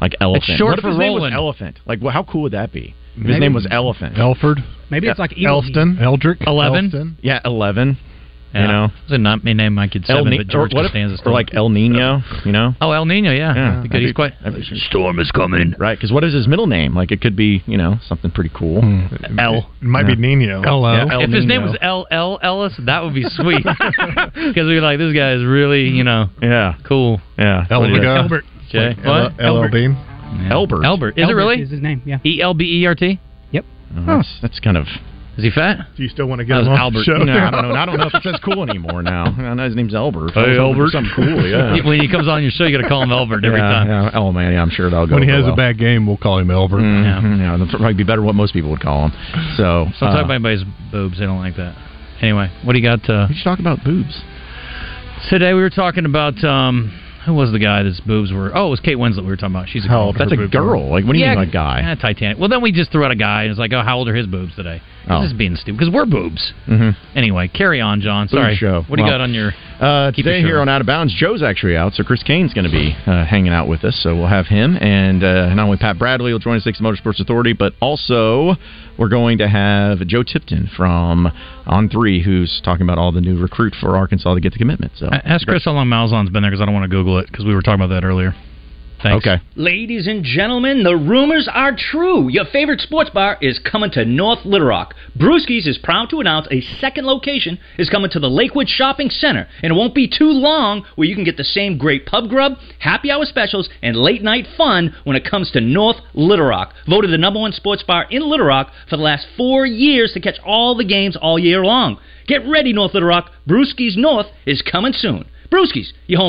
K: like elephant.
D: short
K: what if
D: for
K: his name was
D: Roland.
K: elephant? Like well, how cool would that be? If his
G: Maybe-
K: name was elephant.
G: Elford.
F: Maybe it's like Elohim.
G: Elston. Eldrick.
D: Eleven.
G: Elston.
K: Yeah, eleven.
D: Yeah.
K: You know,
D: It's a not me name my kid seven,
K: Ni-
D: but George
K: or, what if-
D: Costanza's
K: or like El Nino. You know.
D: Oh, El Nino, yeah. Because
K: that'd
D: he's
K: be-
D: quite.
K: that'd be- storm is coming. Right, because what is his middle name? Like it could be, you know, something pretty cool.
G: Hmm.
D: L.
E: It might be Nino.
K: Yeah, El
D: if his name
K: Nino.
D: was L L Ellis, that would be sweet. Because we're like, this guy is really, you know,
K: yeah,
D: cool.
K: Yeah,
D: Elbert.
E: Elbert.
D: Okay.
E: Like
D: What?
E: L- LL Bean.
K: Elbert.
D: Elbert. Is it
F: Elbert
D: really?
F: Is his name? Yeah.
D: E L B E R T.
F: Yep.
K: Oh, that's, that's kind of.
D: Is he fat?
E: Do you still want to
K: That
E: get
K: was
E: him on
K: Albert.
E: the show?
K: No, I don't know. I don't know if it says cool anymore now. I know his name's Albert.
D: Hey, Elbert.
K: Something cool. Yeah.
D: when he comes on your show, you got to call him Elbert every
K: Yeah,
D: time.
K: yeah. Oh man, yeah, I'm sure that'll go.
G: When he has
K: well.
G: a bad game, we'll call him Elbert.
K: Mhm, yeah, that'd probably be better what most people would call him. So,
D: So don't
K: uh,
D: talk about anybody's boobs. They don't like that. Anyway, what do you got? Uh,
K: we should talk about boobs.
D: Today we were talking about um, who was the guy that's boobs were. Oh, it was Kate Winslet. We were talking about. She's a
K: How
D: girl.
K: old That's her a boobs girl. were. Like, what do you
D: Yeah,
K: mean by guy?
D: yeah, Titanic. Well, then we just threw out a guy and it's like, oh, how old are his boobs today?
K: Oh.
D: This is being stupid because we're boobs.
K: Mm-hmm.
D: Anyway, carry on, John.
K: Boob
D: Sorry.
K: show.
D: What do you
K: Well,
D: got on your?
K: Uh,
D: Keep it
K: today here
D: short.
K: on Out of Bounds, Joe's actually out, so Chris Kane's going to be uh, hanging out with us. So we'll have him, and uh, not only Pat Bradley will join us next Motorsports Authority, but also we're going to have Joe Tipton from On Three, who's talking about all the new recruit for Arkansas to get the commitment. So
D: A- Ask Chris how long Malzahn's been there because I don't want to Google it because we were talking about that earlier. Thanks.
K: Okay.
H: Ladies and gentlemen, the rumors are true. Your favorite sports bar is coming to North Little Rock. Brewski's is proud to announce a second location is coming to the Lakewood Shopping Center, and it won't be too long where you can get the same great pub grub, happy hour specials, and late night fun when it comes to North Little Rock. Voted the number one sports bar in Little Rock for the last four years to catch all the games all year long. Get ready, North Little Rock. Brewski's North is coming soon. Brewski's, your home.